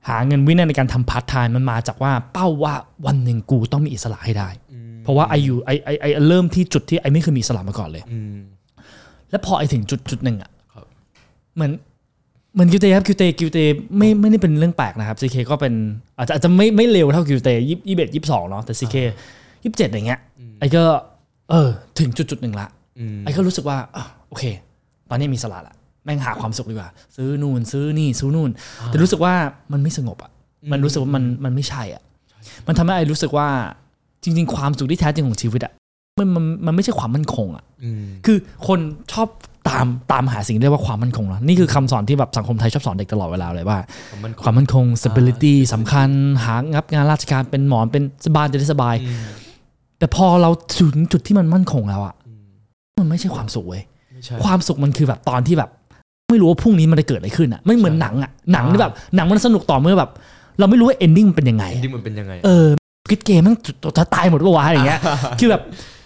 หาเงินวินัยในการทำพาร์ทไทม์มันมาจากว่าเป้าว่าวันหนึ่งกูต้องมีอิสระให้ได้ เพราะว่าไออยู่ไอไอไอเริ่มที่จุดที่ไอไม่เคยมีอิสระมาก่อนเลย
อืม
แล้วพอไอถึงจุดจุดหนึ่งอ่ะ
ครับ
เหมือนเหมือนกิวเตครับกิวเตกิวเตไม่ไม่ได้เป็นเรื่องแปลกนะครับซีเคก็เป็นอาจจะอาจจะไม่ไม่เร็วเท่ากิวเตยี่ยี่สิบเอ็ดยี่สิบสองเนาะแต่ซีเคยี่สิบเจ็ดอย่างเงี้ยไอก็เออถึงจุดจุดหนึ่งละ
อืม
ไอ้ก็รู้สึกว่าอ่ะโอเค ตอนนี้มีอิสลัดละแม่งหาความสุขดีกว่า ซื้อนู่นซื้อนี่ซื้อนู่น แต่รู้สึกว่ามันไม่สงบอ่ะมันรู้สึกว่ามันมันไม่ใช่อ่ะมันทำให้ไอ้รู้สึกว่าจริง ๆ ความสุขที่แท้จริงของชีวิตอ่ะมันมันมันไม่ใช่ความมั่นคงอ่ะ
อืม
คือคนชอบตามตามหาสิ่งที่เรียกว่าความมั่นคงเนอะนี่คือคำสอนที่แบบสังคมไทยชอบสอนเด็กตลอดเวลาเลยว่า
ความมั่นคง
ความมั่นคง stability สำคัญ หางับงานราชการเป็นหมอนเป็นสบายจะได้สบาย แต่พอเราถึงจุดที่มันมั่นคงแล้วอ่ะ
อืม
มันไม่ใช่ความสุขเว้ย
ไม่ใช่
ความสุขมันคือแบบตอนที่แบบ ไม่รู้ว่าพรุ่งนี้มันจะเกิดอะไรขึ้นอ่ะไม่เหมือนหนังอ่ะหนังที่แบบหนังมันสนุกต่อเมื่อแบบ เราไม่รู้ว่าเอนดิ้งมันเป็นยังไงอะ
ที่มันเป็นยังไง
เออคิดเกมมันจุดจะตายหมดปะวะอะไรอย่างเงี้ย คือแบบ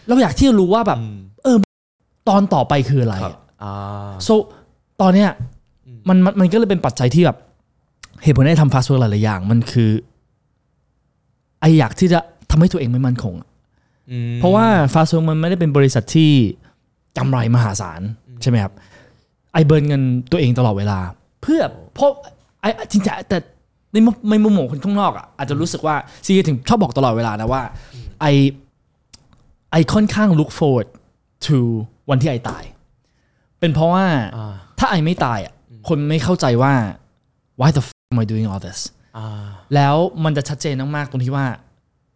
เราอยากที่จะรู้ว่าแบบ
อืม
ตอนต่อไปคืออะไร
ครับ
อะ
อ่า
so ตอนเนี้ย
อืม
มันมันมันก็เลยเป็นปัจจัยที่แบบเหตุผลที่ได้ทำฟาสต์เวิร์หลายๆอย่างมันคือไออยากที่จะทำให้ตัวเองไม่มั่นคงอะ
อืม
เพราะว่าฟาซูมันไม่ได้เป็นบริษัทที่กำไรมหาศาลใช่ไหมครับไอเบิร์นเงินตัวเองตลอดเวลา เพื่อเพราะไอจริงๆแต่ในมุมในมุมมองของคนข้างนอกอ่ะอาจจะรู้สึกว่าซีถึงชอบบอกตลอดเวลานะว่าไอไอค่อนข้าง look forward to วันที่ไอตาย เป็นเพราะว่า
อ่า
ถ้าไอไม่ตายอ่ะคนไม่เข้าใจว่า why the f am I doing all this
อ่า
แล้วมันจะชัดเจนมากๆตรงที่ว่า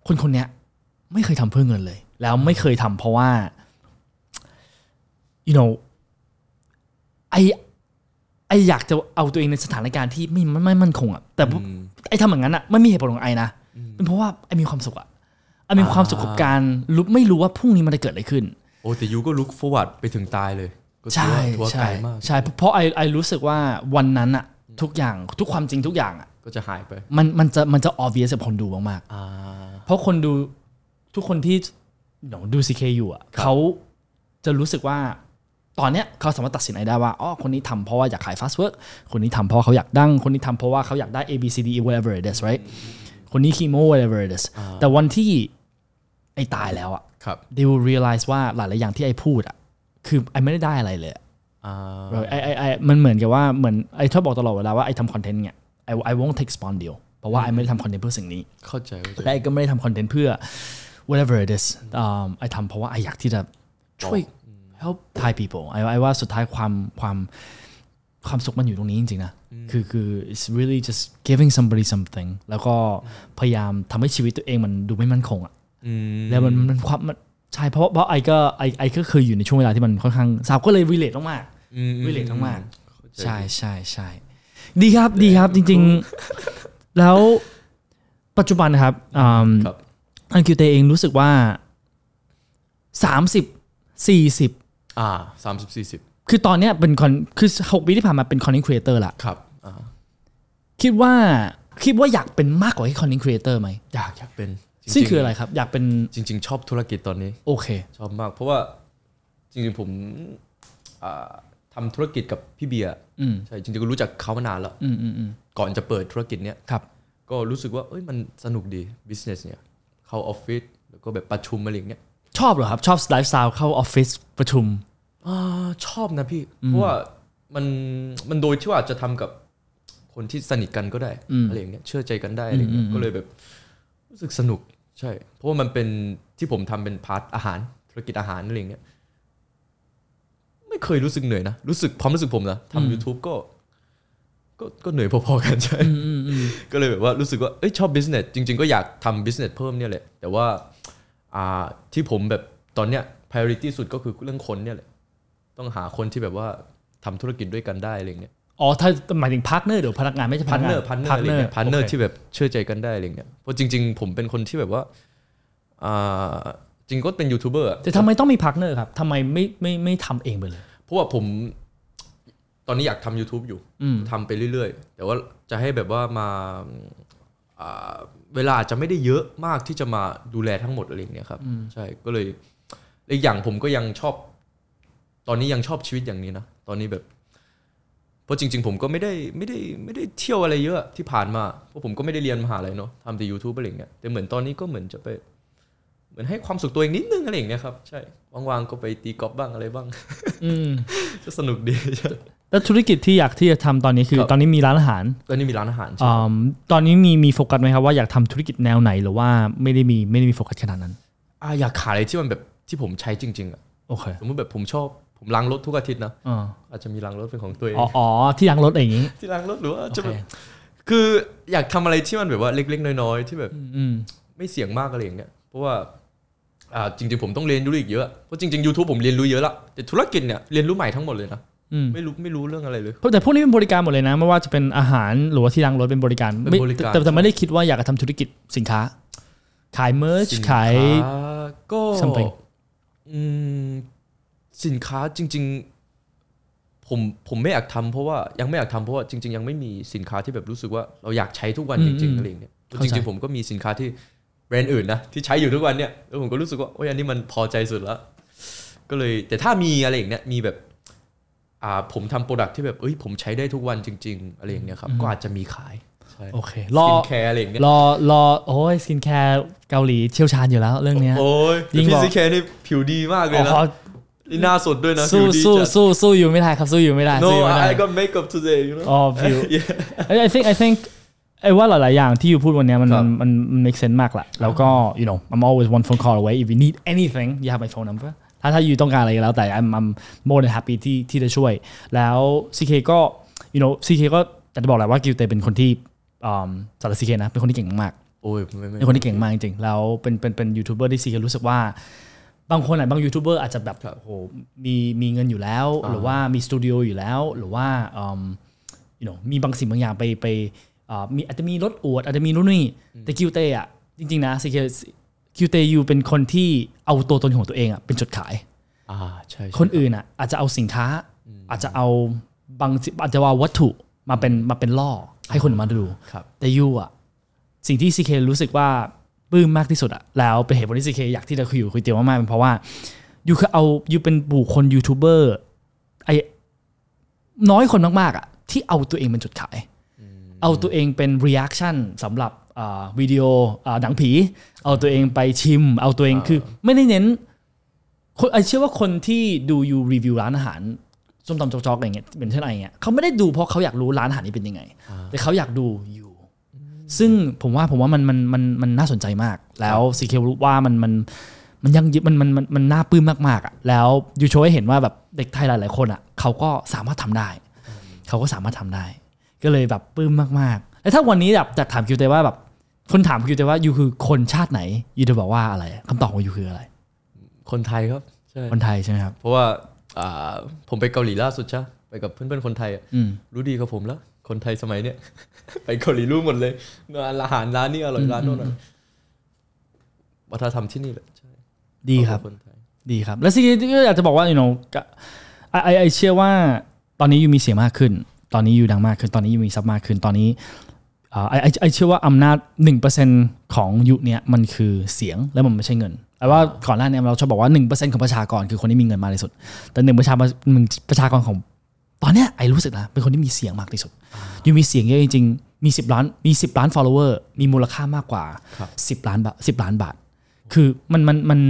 คนคนเนี้ยไม่เคยทำเพื่อเงินเลย แล้วไม่เคยทำเพราะว่า you know ไอไออยากจะเอาตัวเองในสถานการณ์ที่ไม่ไม่ไม่มั่นคงอะแต่
อืม
ไอทำอย่างนั้นอะไม่มีเหตุผลของไอนะเป็นเพราะว่าไอมีความสุขอะไอมีความสุขกับ
อ่า
การรู้ไม่รู้ว่าพรุ่งนี้มันจะเกิดอะไรขึ้น
โอ้แต่ยูก็ลุกฟอร์วัดไปถึงตายเลย ก็ถื
ใช่
อว่าถือว่าไกล
ใช่
มาก
ใช่เพราะเพราะไอไอรู้สึกว่าวันนั้นอะทุกอย่างทุกความจริงทุกอย่างอะ
ก็จะหายไป
มันมันจะมันจะ obvious กับคนดูมากๆ
อ่า
เพราะคนดูทุกคนที่หนูดูซีเคอยู่อ่ะ
ครับ
เขาจะรู้สึกว่าตอนเนี้ยเขาสามารถตัดสินไอได้ว่าอ๋อคนนี้ทำเพราะว่าอยากขาย fast work คนนี้ทำเพราะเขาอยากดัง คนนี้ทำเพราะว่าเขาอยากได้ A B C D E whatever it is right คนนี้คีโม whatever it is แต่วันที่ไอตายแล้วอ่ะ
ครับ
they will realize ว่าหลาย ๆ อย่างที่ไอพูดอ่ะคือไอไม่ได้ได้อะไรเลยอะ
อ่า
ไอไอไอมันเหมือนกับว่าเหมือนไอชอบบอกตลอดเวลาว่าไอทำคอนเทนต์เนี่ย I I won't take spawn deal เพราะว่าไอไม่ได้ทำคอนเทนต์เพื่อสิ่งนี้
เข้าใจเข้าใจ
และไอ้ก็ไม่ได้ทำคอนเทนต์เพื่อ whatever it is อ่าไอทำเพราะว่าไออยากที่จะช่วย help Thai people ไอไอว่าสุดท้ายความความความสุขมันอยู่ตรงนี้จริงๆนะ คือคือ it's really just giving somebody something แล้วก็พยายามทำให้ชีวิตตัวเองมันดูไม่มั่นคงอะ
อืม
แล้วมันมันความมันใช่เพราะเพราะไอก็ไอไอก็เคยอยู่ในช่วงเวลาที่มันค่อนข้างสาวก็เลย relate มากๆ
อืม
วิเลตมาก
เข้าจ
ๆใช่ใช่ใช่ดีครับดีครับจริง ๆ แล้วปัจจุบันนะครับอืม
ครับ
อันคิวเตเองรู้สึกว่า 30 40
อ่าสามสิบสี่สิบ
คือตอนเนี้ยเป็นคอนคือ 6 ปีที่ผ่านมาเป็นคอนเทนต์ครีเอเตอร์ละ
ครับอ่า
คิดว่า คิดว่าอยากเป็นมากกว่าที่คอนเทนต์ครีเอเตอร์ไหม
อยากอยากเป็นจ
ซึ่ง
ๆ
คืออะไรครับ อยากเป็น
จริง ๆ ชอบธุรกิจตอนนี้
โอเค
ชอบมาก เพราะว่าจริงๆผมอ่าทำาธุรกิจกับพี่เบียร์
อืม
ใช่จริงๆก็รู้จักเขามานานแล้ว
อืมอืมอืม
ก่อนจะเปิดธุรกิจเนี้ย
ครับ
ก็รู้สึกว่าเอ้ยมันสนุกดี business เนี่ยเข้าออฟฟิศแล้วก็แบบประชุมอะไรอย่างเงี้ย
ชอบเหรอครับ ชอบไลฟ์สไตล์เข้าออฟฟิศประชุม
อาชอบนะพี่ เพราะว่ามันมันโดยที่ว่าจะทำกับคนที่สนิทกันก็ได้
อืม
อะไรอย่างเงี้ยเชื่อใจกันได้อะไรอย่างเงี้ยก็เลยแบบรู้สึกสนุกใช่ เพราะว่ามันเป็นที่ผมทำเป็นพาร์ทอาหารธุรกิจอาหารอะไรอย่างเงี้ยไม่เคยรู้สึกเหนื่อยนะ รู้สึกความรู้สึกผมนะ
อืม
ทำ YouTube ก็ก็ก็เหนื่อยพอๆกันใช่
อืมอืมอืม
ก็เลยแบบว่ารู้สึกว่าเอ้ยชอบ business จริง ๆ ก็อยากทำ business เพิ่มเนี่ยแหละ แต่ว่าอ่าที่ผมแบบตอนเนี้ย priority สุดก็คือเรื่องคนเนี่ยแหละ ต้องหาคนที่แบบว่าทำธุรกิจด้วยกันได้อะไรอย่างเงี้ย
อ๋อถ้าหมายถึงพาร์ทเนอร์หรือพนักงานไม่ใช่พ
พั
นั
น
ก
เน
งา
อน ร์พันเนอร์อะไรเงี้ยพันเนอ
partner
ร์ที่แบบเชื่อใจกันได้อะไรเงี้ยเพราะจริง ๆ ผมเป็นคนที่แบบว่าอ่าจริงก็เป็นยูทูบเบอร์อะ
แต่ทำไมต้องมีพาร์ทเนอร์ครับทำไมไม่ไม่ไม่ทำเองไปเลย
เพราะว่าผมตอนนี้อยากทำ YouTube อยู่
อืม
ทำไปเรื่อยๆ แต่ว่าจะให้แบบว่ามาอ่าเวลาอาจจะไม่ได้เยอะมากที่จะมาดูแลทั้งหมดอะไรอย่างเงี้ยครับใช่ก็เลยอีกอย่างผมก็ยังชอบ ตอนนี้ยังชอบชีวิตอย่างนี้นะตอนนี้แบบ เพราะจริง ๆ ผมก็ไม่ได้ไม่ได้ไม่ได้เที่ยวอะไรเยอะที่ผ่านมาเพราะผมก็ไม่ได้เรียนมหาลัยเนาะทำแต่ YouTube อะไรอย่างเงี้ยแต่เหมือนตอนนี้ก็เหมือนจะไป เหมือนให้ความสุขตัวเองนิดนึงอะไรอย่างเงี้ยครับใช่ว่างๆก็ไปตีกอล์ฟบ้างอะไรบ้าง
อืม
จะสนุกดี ใช่
แล้วธุรกิจที่อยากที่จะทำตอนนี้คือ
ครับ
ตอนนี้มีร้านอาหาร
ตอนนี้มีร้านอาหารใช่
อืมตอนนี้มีมีโฟกัสไหมครับว่าอยากทำธุรกิจแนวไหนหรือว่าไม่ได้มีไม่ได้มีโฟกัสขนาดนั้น
อ่ะอยากขายอะไรที่มันแบบที่ผมใช้จริงๆอะ
โอเค
สมมติแบบผมชอบผมล้างรถทุกอาทิตย์นะ
อา
อาจจะมีล้างรถเป็นของตัวเอง
อ๋ออ๋อที่ล้างรถอะไรอย่างนี้
ที่ล้างรถหรือว่า
โอ
จะ
เค
แบบคืออยากทำอะไรที่มันแบบว่าเล็กๆน้อยๆที่แบบ
อืม
ไม่เสี่ยงมากอะไรอย่างเงี้ยเพราะว่าอ่าจริงๆผมต้องเรียนรู้อีกเยอะเพราะจริงๆ YouTube ผมเรียนรู้เยอะละแต่ธุรกิจเนี่ยเรียนรู้ใหม่ทั้งหมดเลยนะ
อืม
ไม่รู้ไม่รู้เรื่องอะไรเลย
เพราะแต่พวกนี้เป็นบริการหมดเลยนะ ไม่ว่าจะเป็นอาหารหรือว่าที่ล้างรถเป็นบริการ
เป็น
ไม่
บริการ
แต่แต่ไม่ได้คิดว่าอยากจะทำธุรกิจสินค้า ขายเมอร์ช
สิน
ขาย
ค้าก็
something
อืมสินค้าจริง ๆ ผมผมไม่อยากทำเพราะว่ายังไม่อยากทำเพราะว่าจริง ๆ ยังไม่มีสินค้าที่แบบรู้สึกว่าเราอยากใช้ทุกวัน
อืม
จริง
อืม
ๆอะไรอย่างเงี้ย
เข้าใจ
จริง ๆ ผมก็มีสินค้าที่แบรนด์อื่นนะที่ใช้อยู่ทุกวันเนี่ยแล้วผมก็รู้สึกว่าโอ้ยอันนี้มันพอใจสุดแล้ว ก็เลยแต่ถ้ามีอะไรอย่างเนี้ยมีแบบอ่าผมทำโปรดักที่แบบเอ้ยผมใช้ได้ทุกวันจริง ๆ อะไรอย่างเงี้ยครับก็อาจจะมีขายใช่
โอเค
ส
รอ
กินแคร์อะไรอย่างเงี้ย
รอรอโอ้ยสกินแคร์เกาหลีเชี่ยวชาญอยู่แล้วเรื่องเนี้ย
โอ้ย
ยิ่ง
พี่
บอก
ซีแคนี่ผิวดีมากเลยนะ
อ๋อ
นี่หน้าสดด้วยนะผิ
สู้
วดี
สู้
จัด
สู้สู้อยู่ไม่ได้ครับสู้อยู่ไม่ได้
No
สู้อยู่ไม่ได้
I got makeup today you know
อ๋อผิว I I think I think ไอ้ว่าหลาย ๆ อย่างที่อยู่พูดวันเนี้ยมัน
ค
มั
รับ
นมันมัน make sense มากละแล้วก็ you know I'm always one phone call away if you need anything you have my phone number ถ้าถ้าอยู่ต้องการอะไรก็แล้วแต่ I'm I'm more than happy ที่ที่จะช่วย แล้ว CK ก็ you know CK ก็อยากจะบอกแหละว่ากิวเตเป็นคนที่อ่าสำหรับ CK นะ เป็นคนที่เก่งมาก
โอ้ยไม่ไม่
เป็นคนที่เก่งมากจริงๆ แล้วเป็นเป็นเป็นยูทูบเบอร์ที่ซีก็รู้สึกว่า บางคนอ่ะบางยูทูบเบอร์อาจจะแบบ
ครับ
โอ้โหมีมีเงินอยู่แล้ว หรือว่ามีสตูดิโออยู่แล้ว หรือว่าเอิ่ม you know มีบางสิ่งบางอย่างไปไปเอ่อมีอาจจะมีรถอวดอาจจะมีนู่นนี่แต่คิวเตอ่ะจริงๆนะซีคิวเตยูเป็นคนที่เอาตัวตนของตัวเองอ่ะเป็นจุดขาย
่าใช่
คนอื่นอ่ะอาจจะเอาสินค้า อาจจะเอาบางสิอาจจะว่าวัตถุมาเป็นมาเป็นล่อให้คนมาดู
ครับ
แต่ยูอ่ะ สิ่งที่ซีเครู้สึกว่าปลื้มมากที่สุดอะแล้วเป็นเหตุผลที่ซีเคอยากที่จะคุยอยู่คุยเตียวมากๆเป็นเพราะว่ายูคือเอายูเป็นบุคคลยูทูบเบอร์ไอน้อยคนมากๆอะที่เอาตัวเองเป็นจุดขาย เอาตัวเองเป็น reaction สำหรับอ่าวิดีโออ่าหนังผี เอาตัวเองไปชิม เอาตัวเองคือ ไม่ได้เน้นคนไอเชื่อว่าคนที่ดูยูรีวิวร้านอาหารส้มตำจอกๆอะไรเงี้ยเหมือนเช่นอะไรเงี้ยเขาไม่ได้ดูเพราะเขาอยากรู้ร้านอาหารนี้เป็นยังไง แต่เขาอยากดูอยู่ ซึ่งผมว่าผมว่ามันมันมันมันน่าสนใจมาก แล้วซีเครู้ว่ามันมันมันยังยึดมันมันมันมันน่าปลื้มมากๆอ่ะแล้วยูโชว์ให้เห็นว่าแบบเด็กไทยหลาย ๆ คนอ่ะเขาก็สามารถทำได้ เขาก็สามารถทำได้ ก็เลยแบบปลื้มมากๆแล้วถ้าวันนี้แบบจากถามคิวเตว่าแบบคนถามคิวเตว่ายูคือคนชาติไหนยูจะบอกว่าอะไรคำตอบของยูคืออะไร
คนไทยครับใช่
คนไทยใช่ไหมครับ
เพราะว่าอ่าผมไปเกาหลีล่าสุดใช่ไปกับเพื่อนๆคนไทยอะ
อืม
รู้ดีกับผมแล้ว คนไทยสมัยเนี้ย ไปเกาหลีรู้หมดเลยร้านอาหารร้านนี้อร่อยร้านโน่นอร่อยวัฒนธรรมที่นี่แหละใช่
ดีครับ
นไทย
ดีครับ แล้วสิ่งที่อยากจะบอกว่า you know ก็ไอไอไอเชื่อว่าตอนนี้ยูมีเสียงมากขึ้น ตอนนี้ยูดังมากขึ้น ตอนนี้ยูมีซับมากขึ้น ตอนนี้ อ่าไอไอ้ไอเชื่อว่าอำนาจ 1%ของยุคเนี้ยมันคือเสียงและมันไม่ใช่เงินแปลว่าก่อนหน้าเนี้เราชอบบอกว่า 1%ของประชากรคือคนที่มีเงินมากที่สุด แต่หนึ่งประชาหนึ่งประชากรของตอนเนี้ยไอรู้สึกนะเป็นคนที่มีเสียงมากที่สุดยูมีเสียงเยอะจริงๆมี 10 ล้านมี 10 ล้าน follower มีมูลค่ามากกว่า
ครับ
10 ล้านบาท10 ล้านบาท คือมันมันมัน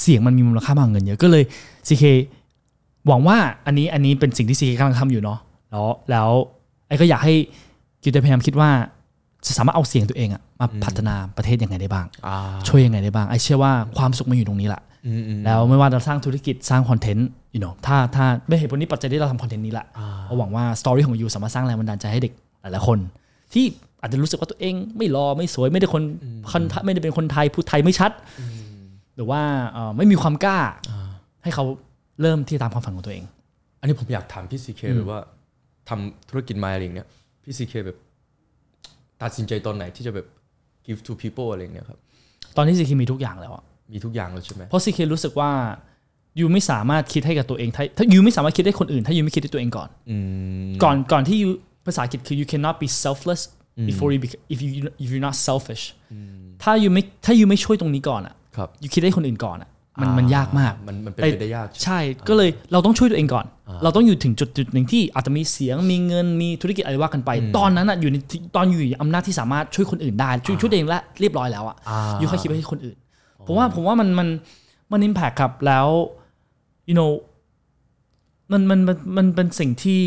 เสียงมันมีมูลค่ามากกว่าเงินเยอะก็เลย CK หวังว่าอันนี้อันนี้เป็นสิ่งที่ CK กำลังทำอยู่เนาะแล้วแล้วไอ้ก็อยากให้กิวเตพยายามคิดว่าจะสามารถเอาเสียงตัวเองอะมาพัฒนาประเทศยังไงได้บ้าง
อ่า
ช่วยยังไงได้บ้างไอ้เชื่อว่าความสุขมันอยู่ตรงนี้แหละ
อืมอืม
แล้วไม่ว่าเราสร้างธุรกิจสร้างคอนเทนต์อยู่เนาะถ้าถ้าไม่เหตุผลนี้ปัจจัยที่เราทำคอนเทนต์นี้แหละ
อ่า
เราหวังว่าสตอรี่ของยูสามารถสร้างแรงบันดาลใจให้เด็กหลายๆคน ที่อาจจะรู้สึกว่าตัวเองไม่รอไม่สวยไม่ได้คนคนไม่ได้เป็นคนไทยพูดไทยไม่ชัด หรือว่าเอ่อไม่มีความกล้า ให้เขาเริ่มที่จะตามความฝันของตัวเอง
อันนี้ผมอยากถามพี่ซีเคแบบว่าทำธุรกิจมาอะไรอย่างเนี้ยพี่ซีเคแบบ ตัดสินใจตอนไหนที่จะแบบ give to people อะไรอย่างเนี้ยครับ
ตอนนี้ซีเคมีทุกอย่างแล้วอะ
มีทุกอย่างแล้วใช่ไหม
เพราะซีเครู้สึกว่ายูไม่สามารถคิดให้กับตัวเองถ้าถ้ายูไม่สามารถคิดให้คนอื่น ถ้ายูไม่คิดให้ตัวเองก่อน
อืม
ก่อนก่อนที่ยูภาษาอังกฤษคือ you cannot be selfless before you bec- if you if you're not selfish ถ้ายูไม่ถ้ายูไม่ช่วยตรงนี้ก่อนอะ
ครับ
ยูคิดให้คนอื่นก่อนอะมันมันยากมาก
มันมันเป็นไปได้ยากใช่ไหม
ใช่ ก็เลยเราต้องช่วยตัวเองก่อน เราต้องอยู่ถึงจุดจุดหนึ่งที่อาจจะมีเสียง มีเงิน มีธุรกิจอะไรว่ากันไป ตอนนั้นอ่ะอยู่ในตอนอยู่ในอำนาจที่สามารถช่วยคนอื่นได้ ช่วยช่วยตัวเองและเรียบร้อยแล้วอ่ะอยู่ค่อยคิดไปให้คนอื่น ผมว่าผมว่ามันมันมันอิมแพคครับ แล้ว you know มันมันมันมันเป็นสิ่งที่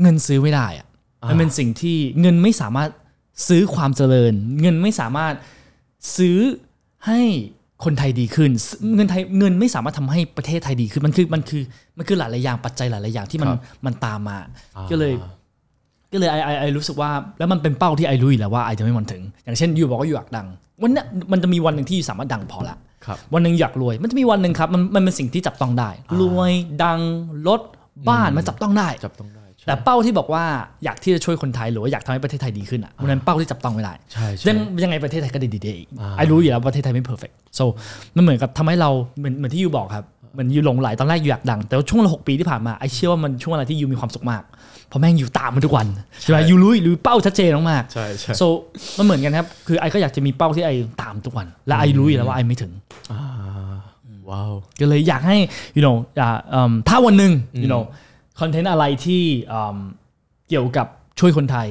เงินซื้อไม่ได้อ่ะ มันเป็นสิ่งที่เงินไม่สามารถซื้อความเจริญ เงินไม่สามารถซื้อให้คนไทยดีขึ้นซื้อเงินไทยเงินไม่สามารถทำให้ประเทศไทยดีขึ้นมันคือมันคือมันคือหลายๆอย่างปัจจัยหลายๆอย่างที่มันมันตามมา ก็เลย ก็เลยไอไอไอรู้สึกว่าแล้วมันเป็นเป้าที่ไอรู้อยู่แล้วว่าไอจะไม่มันถึง อย่างเช่นยูบอกว่ายูอยากดัง วันเนี้ยมันจะมีวันหนึ่งที่ยูสามารถดังพอละ
ครับ
วันหนึ่งอยากรวย มันจะมีวันหนึ่งครับมันมันเป็นสิ่งที่จับต้องได้ รวยดังรถบ้านมันจับต้องได้
จับต้องได้ใช่
แต่เป้าที่บอกว่าอยากที่จะช่วยคนไทยหรือว่าอยากทำให้ประเทศไทยดีขึ้นอ่ะมันเป็นเป้าที่จับต้องไม่ได้
ใช่ใช่
ยังยังไงประเทศไทยก็ดีดีๆอีก
อ่า
ไอรู้อยู่แล้วประเทศไทยไม่ perfect so มันเหมือนกับทำให้เราเหมือนเหมือนที่ยูบอกครับเหมือนยูหลงไหลตอนแรกยูอยากดัง แต่ว่าช่วงละหกปีที่ผ่านมาไอเชื่อว่ามันช่วงเวลาที่ยูมีความสุขมากเพราะแม่งอยู่ตามมันทุกวันใช่ไหมยูรู้รู้เป้าชัดเจนมากๆ
ใช่ใช่
so มันเหมือนกันครับคือไอก็อยากจะมีเป้าที่ไอตามทุกวัน และไอรู้อยู่แล้วว่าไอไม่ถึง
อ่าว้าว
ก็เลยอยากให้ you know อ่าอืมถ้าวันหนึ่ง you know คอนเทนต์อะไรที่อืมเกี่ยวกับช่วยคนไทย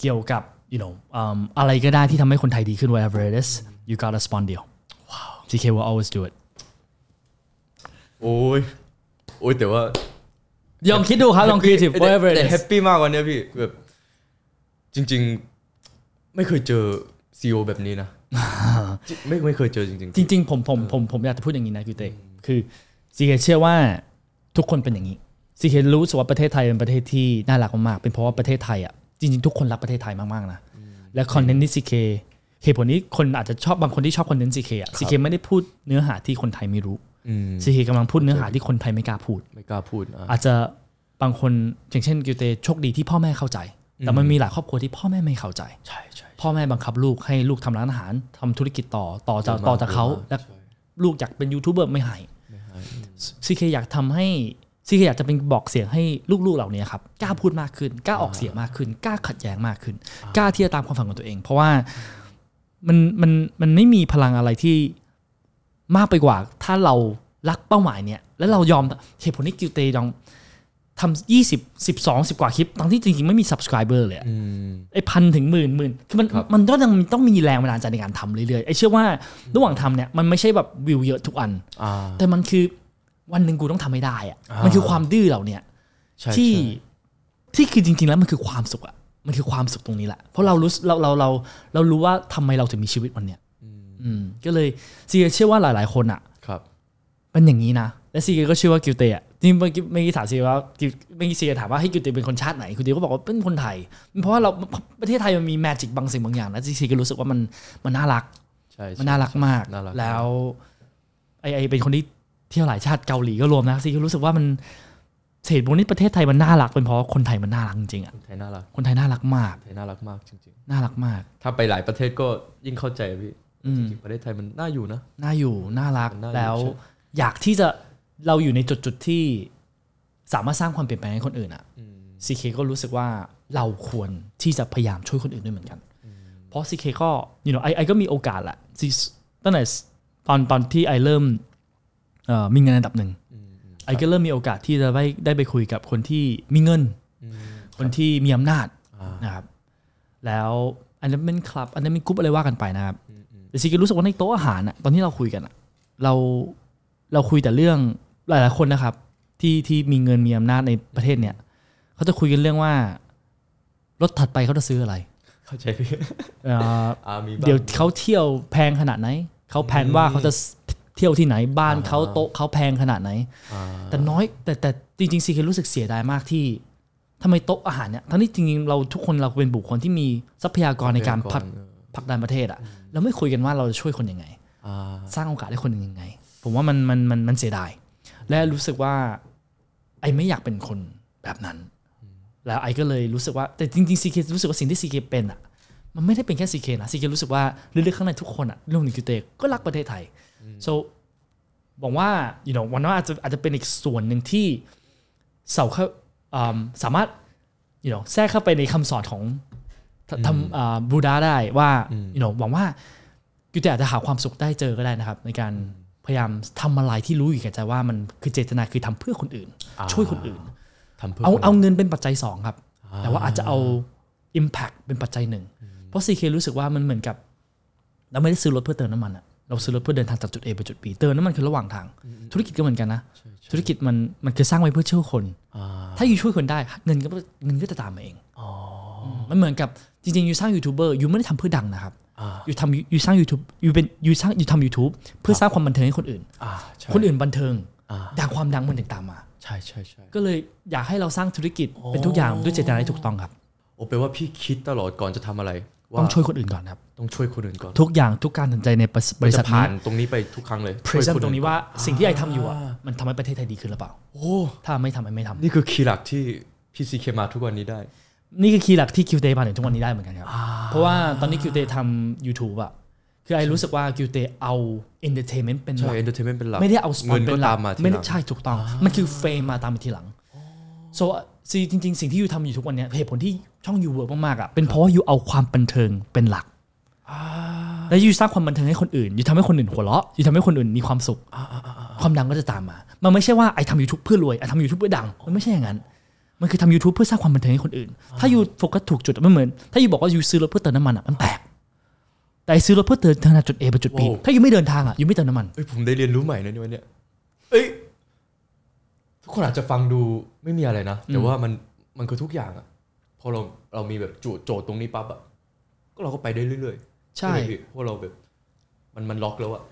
เกี่ยวกับ you know อืมอะไรก็ได้ที่ทำให้คนไทยดีขึ้น whatever it is you got a spawn deal CK will always do it
โอ้ยโอ้ยแต่ว่า
ลองคิดดู ครับลองคิดสิ whatever it
แต่
is
แฮปปี้มากกวันเนี้ยพี่แบบจริง ๆ ไม่เคยเจอซีอแบบนี้นะ จริงไม่ไม่เคยเจอจริงๆ
จริง ๆ ผมผมผมผมอยากจะพูดอย่างนี้นะคือเตคือ CK เชื่อว่าทุกคนเป็นอย่างนี้ CK รู้สึกว่าประเทศไทยเป็นประเทศที่น่ารักมากๆเป็นเพราะว่าประเทศไทยอ่ะจริง ๆ ทุกคนรักประเทศไทยมากๆนะและคอนเทนต์ที่ CK เหตุผลนี้คนอาจจะชอบบางคนที่ชอบคอนเทนต์ CK อ่ะ CK ไม่ได้พูดเนื้อหาที่คนไทยไม่รู้
อืม
CK กำลังพูดเนื้อหาที่คนไทยไม่กล้าพูด
ไม่กล้าพูดอ่ะ
อาจจะบางคนอย่างเช่นกิวเตโชคดีที่พ่อแม่เข้าใจ แต่มันมีหลายครอบครัวที่พ่อแม่ไม่เข้าใจ
ใช่ใช่
พ่อแม่บังคับลูกให้ลูกทำร้านอาหารทำธุรกิจต่อต่อจากต่อจากเขาและ
ใช่
ลูกอยากเป็นยูทูบเบอร์ไม่หาย
ไม่ให้
ซีเคอยากทำให้ซีเคอยากจะเป็นบอกเสียงให้ลูกๆเหล่านี้ครับกล้าพูดมากขึ้นกล้าออกเสียงมากขึ้นกล้าขัดแย้งมากขึ้นกล้าที่จะตามความฝันของตัวเอง เพราะว่ามันมันมันไม่มีพลังอะไรที่มากไปกว่า ถ้าเรารักเป้าหมายเนี่ยแล้วเรายอมเหตุผลที่กิวเตยองทำยี่สิบสิบสองสิบกว่าคลิปทั้งที่จริงๆไม่มี subscriber เลยอะ
อืม
ไอ้พันถึงหมื่นหมื่นคือมัน
ครับ
มันก็ยังต้องมีแรงบันดาลใจในการทำเรื่อยๆไอ้เชื่อว่าระหว่างทำเนี่ยมันไม่ใช่แบบวิวเยอะทุกอัน
อ่า
แต่มันคือวันหนึ่งกูต้องทำให้ได้อะ
อ่ามั
มันคือความดื้อเราเนี่ย
ใช่
ที่
ใช่
ที่คือจริงๆแล้วมันคือความสุขอะมันคือความสุขตรงนี้แหละเพราะเรารู้สึกเราเราเราเรารู้ว่าทำไมเราถึงมีชีวิตวันเนี้ยอืมก็เลยซีเชื่อว่าหลาย ๆคนอะ
ครับ
เป็นอย่างนี้นะและซีก็เชื่อว่ากิวเตอะจริงๆเมื่อกี้เมื่อกี้ถามซีว่ากิวเมื่อกี้ซีถามว่าให้กิวเตเป็นคนชาติไหนกิวเตก็บอกว่าเป็นคนไทย เพราะว่าเราประเทศไทยมันมีแมจิกบางสิ่งบางอย่างนะซีก็รู้สึกว่ามันมันน่ารัก
ใช่
มัน
ใช่
น่ารักมาก
น่ารัก
แล้วไอไอเป็นคนที่เที่ยวหลายชาติเกาหลีก็รวมนะซีก็รู้สึกว่ามันเหตุผลที่ประเทศไทยมันน่ารักเป็นเพราะคนไทยมันน่ารักจริงๆอ่ะ
คนไทยน่ารัก
คนไทยน่ารักมาก
คนไทยน่ารักมากจริง
น่ารักมาก
ๆ ถ้าไปหลายประเทศก็ยิ่งเข้าใจพี่
อื
จ
ม
ริงๆประเทศไทยมันน่าอยู่นะ
น่าอยู่น่ารัก
น่าอยู่
แล้ว
ใช่
อยากที่จะเราอยู่ในจุดจุดๆที่สามารถสร้างความเปลี่ยนแปลงให้คนอื่นอ่ะซีเคก็รู้สึกว่า เราควรที่จะพยายามช่วยคนอื่นด้วยเหมือนกัน เพราะซีเคก็ you know ไอไอก็มีโอกาสแหละ since- ตั้งแต่ตอนตอนที่ไอเริ่มเอ่อมีเงินอันดับหนึ่งไอก็เริ่มมีโอกาสที่จะได้ได้ไปคุยกับคนที่มีเงิน คนที่มีอำนาจนะครับ แล้วอันนั้นเป็นคลับ อันนั้นเป็นกรุ๊ปอะไรว่ากันไปนะครับแต่ซีเกรู้สึกว่าในโต๊ะอาหารอะตอนที่เราคุยกันอะเราเราคุยแต่เรื่องหลาย ๆ คนนะครับ ที่ที่มีเงินมีอำนาจในประเทศเนี่ยเขาจะคุยกันเรื่องว่ารถถัดไปเขาจะซื้ออะไร
เข้าใจพี่
เอ่อ
อ่ามีบ้าง
เดี๋ยวเขาเที่ยวแพงขนาดไหน เขาแพลนว่าเขาจะเที่ยวที่ไหนบ้านเขาโต๊ะเขาแพงขนาดไหน แต่น้อยแต่แต่จริงๆซีเครู้สึกเสียดายมากที่ทำไมโต๊ะอาหารเนี่ยทั้งที่จริงๆเราทุกคนเราเป็นบุคคลที่มีทรัพยากรในการผลัก
เออ
ผลักดันประเทศอะเราไม่คุยกันว่าเราจะช่วยคนยังไง
อ่า
สร้างโอกาสให้คนอื่นยังไง ผมว่ามันมันมันมันเสียดาย และรู้สึกว่า ไอไม่อยากเป็นคนแบบนั้น แล้วไอก็เลยรู้สึกว่า แต่จริงๆซีเครู้สึกว่าสิ่งที่ซีเคเป็นอ่ะ มันไม่ได้เป็นแค่ซีเคนะซีเครู้สึกว่าลึกๆข้างในทุกคนอ่ะรวมถึงคิวเตก็รักประเทศไทย so บอกว่า you know วันว่าอาจจะอาจจะเป็นอีกส่วนหนึ่งที่เสาเข้าอืมสามารถ you know แทรกเข้าไปในคำสอนของทำบูดาได้ว่า you know หวังว่า กิวแต่อาจจะหาความสุขได้เจอก็ได้นะครับ ในการพยายามทำอะไรที่รู้อยู่แก่ใจว่ามันคือเจตนาคือทำเพื่อคนอื่น
อ่า
ช่วยคนอื่น
ทำเพื่อ
เอา
คน
เอาเงินเป็นปัจจัยสองครับ แต่ว่าอาจจะเอา Impact เป็นปัจจัยหนึ่ง เพราะ CK รู้สึกว่ามันเหมือนกับ เราไม่ได้ซื้อรถเพื่อเติมน้ำมันอะเราซื้อรถเพื่อเดินทางจากจุด A ไปจุด B เติมน้ำมันคือระหว่างทาง ธุรกิจก็เหมือนกันนะธุรกิจมันมันคือสร้างไว้เพื่อช่วยคน
อ่า
ถ้าอยู่ช่วยคนได้เงินก็เงินก็จะตามมาเองมันเหมือนกับจริงๆอยู่สร้างยูทูบเบอร์อยู่ไม่ได้ทำเพื่อดังนะครับ
อ่า
อยู่ทำอยู่สร้าง YouTube อยู่เป็นอยู่สร้างอยู่ทำ YouTube เพื่อสร้างความบันเทิงให้คนอื่น
อ่าใช่
คนอื่นบันเทิง
อ่า
ดังความดังมันถึงตามมา
ใช่ใช่ใช่
ก็เลยอยากให้เราสร้างธุรกิจเป็นทุกอย่างด้วยเจตนาที่ถูกต้องครับ
โอแปลว่าพี่คิดตลอดก่อนจะทำอะไร ว่า
ต้องช่วยคนอื่นก่อนครับ
ต้องช่วยคนอื่นก่อน
ทุกอย่างทุกการตัดสินใจในบริษั
จะ
ท
ผ่า
นี้
นตรงนี้ไปทุกครั้งเลย
พรีเซน
ช่ยค
ตรงนี้ว่าสิ่งที่ไอทำอยู่อ่ะ
า
มันทำให้ประเทศไทยดีขึ้นหรือเปล่า
โอ้
ถ้าไม่ทำไอไม่ท
นี่คือคีย์หลักที่พี่ซีเคมาทุกวันนี้ได้
ำนี่คือคีย์หลักที่คิวเตมาถึงทุกวันนี้ได้เหมือนกันครับ เพราะว่าตอนนี้คิวเตทำ YouTube อ่ะคือไอรู้สึกว่าคิวเตเอา entertainment เป็นห
ใช่
ลัก
เอนเตอร์เทนเมนต์เป็นหลัก
ไม่ได้เอาสปอน
เงิน
เป็
ก็
นหลั
ตาก มมาที
ไม่
ห
ได้
ลัง
ใช่ถูกต้อง มันคือเฟรมมาตามมาทีหลัง so ซีจริง ๆ สิ่งที่ยูทำอยู่ทุกวันเนี้ยเหตุผลที่ช่องยูเวิร์กมากๆอ่ะเป็นเพราะว่ายูเอาความบันเทิงเป็นหลัก และยูสร้างความบันเทิงให้คนอื่นยูทำให้คนอื่นหัวเราะยูทำให้คนอื่นมีความสุข ความดังก็จะตามมา มันไม่ใช่ว่าไอทำยูทูบเพื่อรวยไอทำยูทูบเพื่อดัง มันไม่ใช่อย่างนั้น มันคือทำ YouTube เพื่อสร้างความบันเทิงให้คนอื่น ถ้ายูโฟกัสถูกจุดไม่เหมือน ถ้ายูบอกว่ายูซื้อรถเพื่อเติมน้ำมันอ่ะมันแปลกแต่ไอ้ซื้อรถเพื่อเติมทางจุด A ไปจุด B ถ้ายูไม่เดินทางอ่ะยูไม่เติมน้ำมัน
เอ้ยผมได้เรียนรู้ใหม่นะเนี่ยวันเนี้ยเอ้ยทุกคนอาจจะฟังดูไม่มีอะไรนะ แต่ว่ามันมันคือทุกอย่างอะพอเราเรามีแบบจุโจทย์ตรงนี้ปั๊บอะก็เราก็ไปได้เรื่อยๆ
ใช่
ไหมพี่เพราะเราแบบ มันมันล็อกแล้วอะ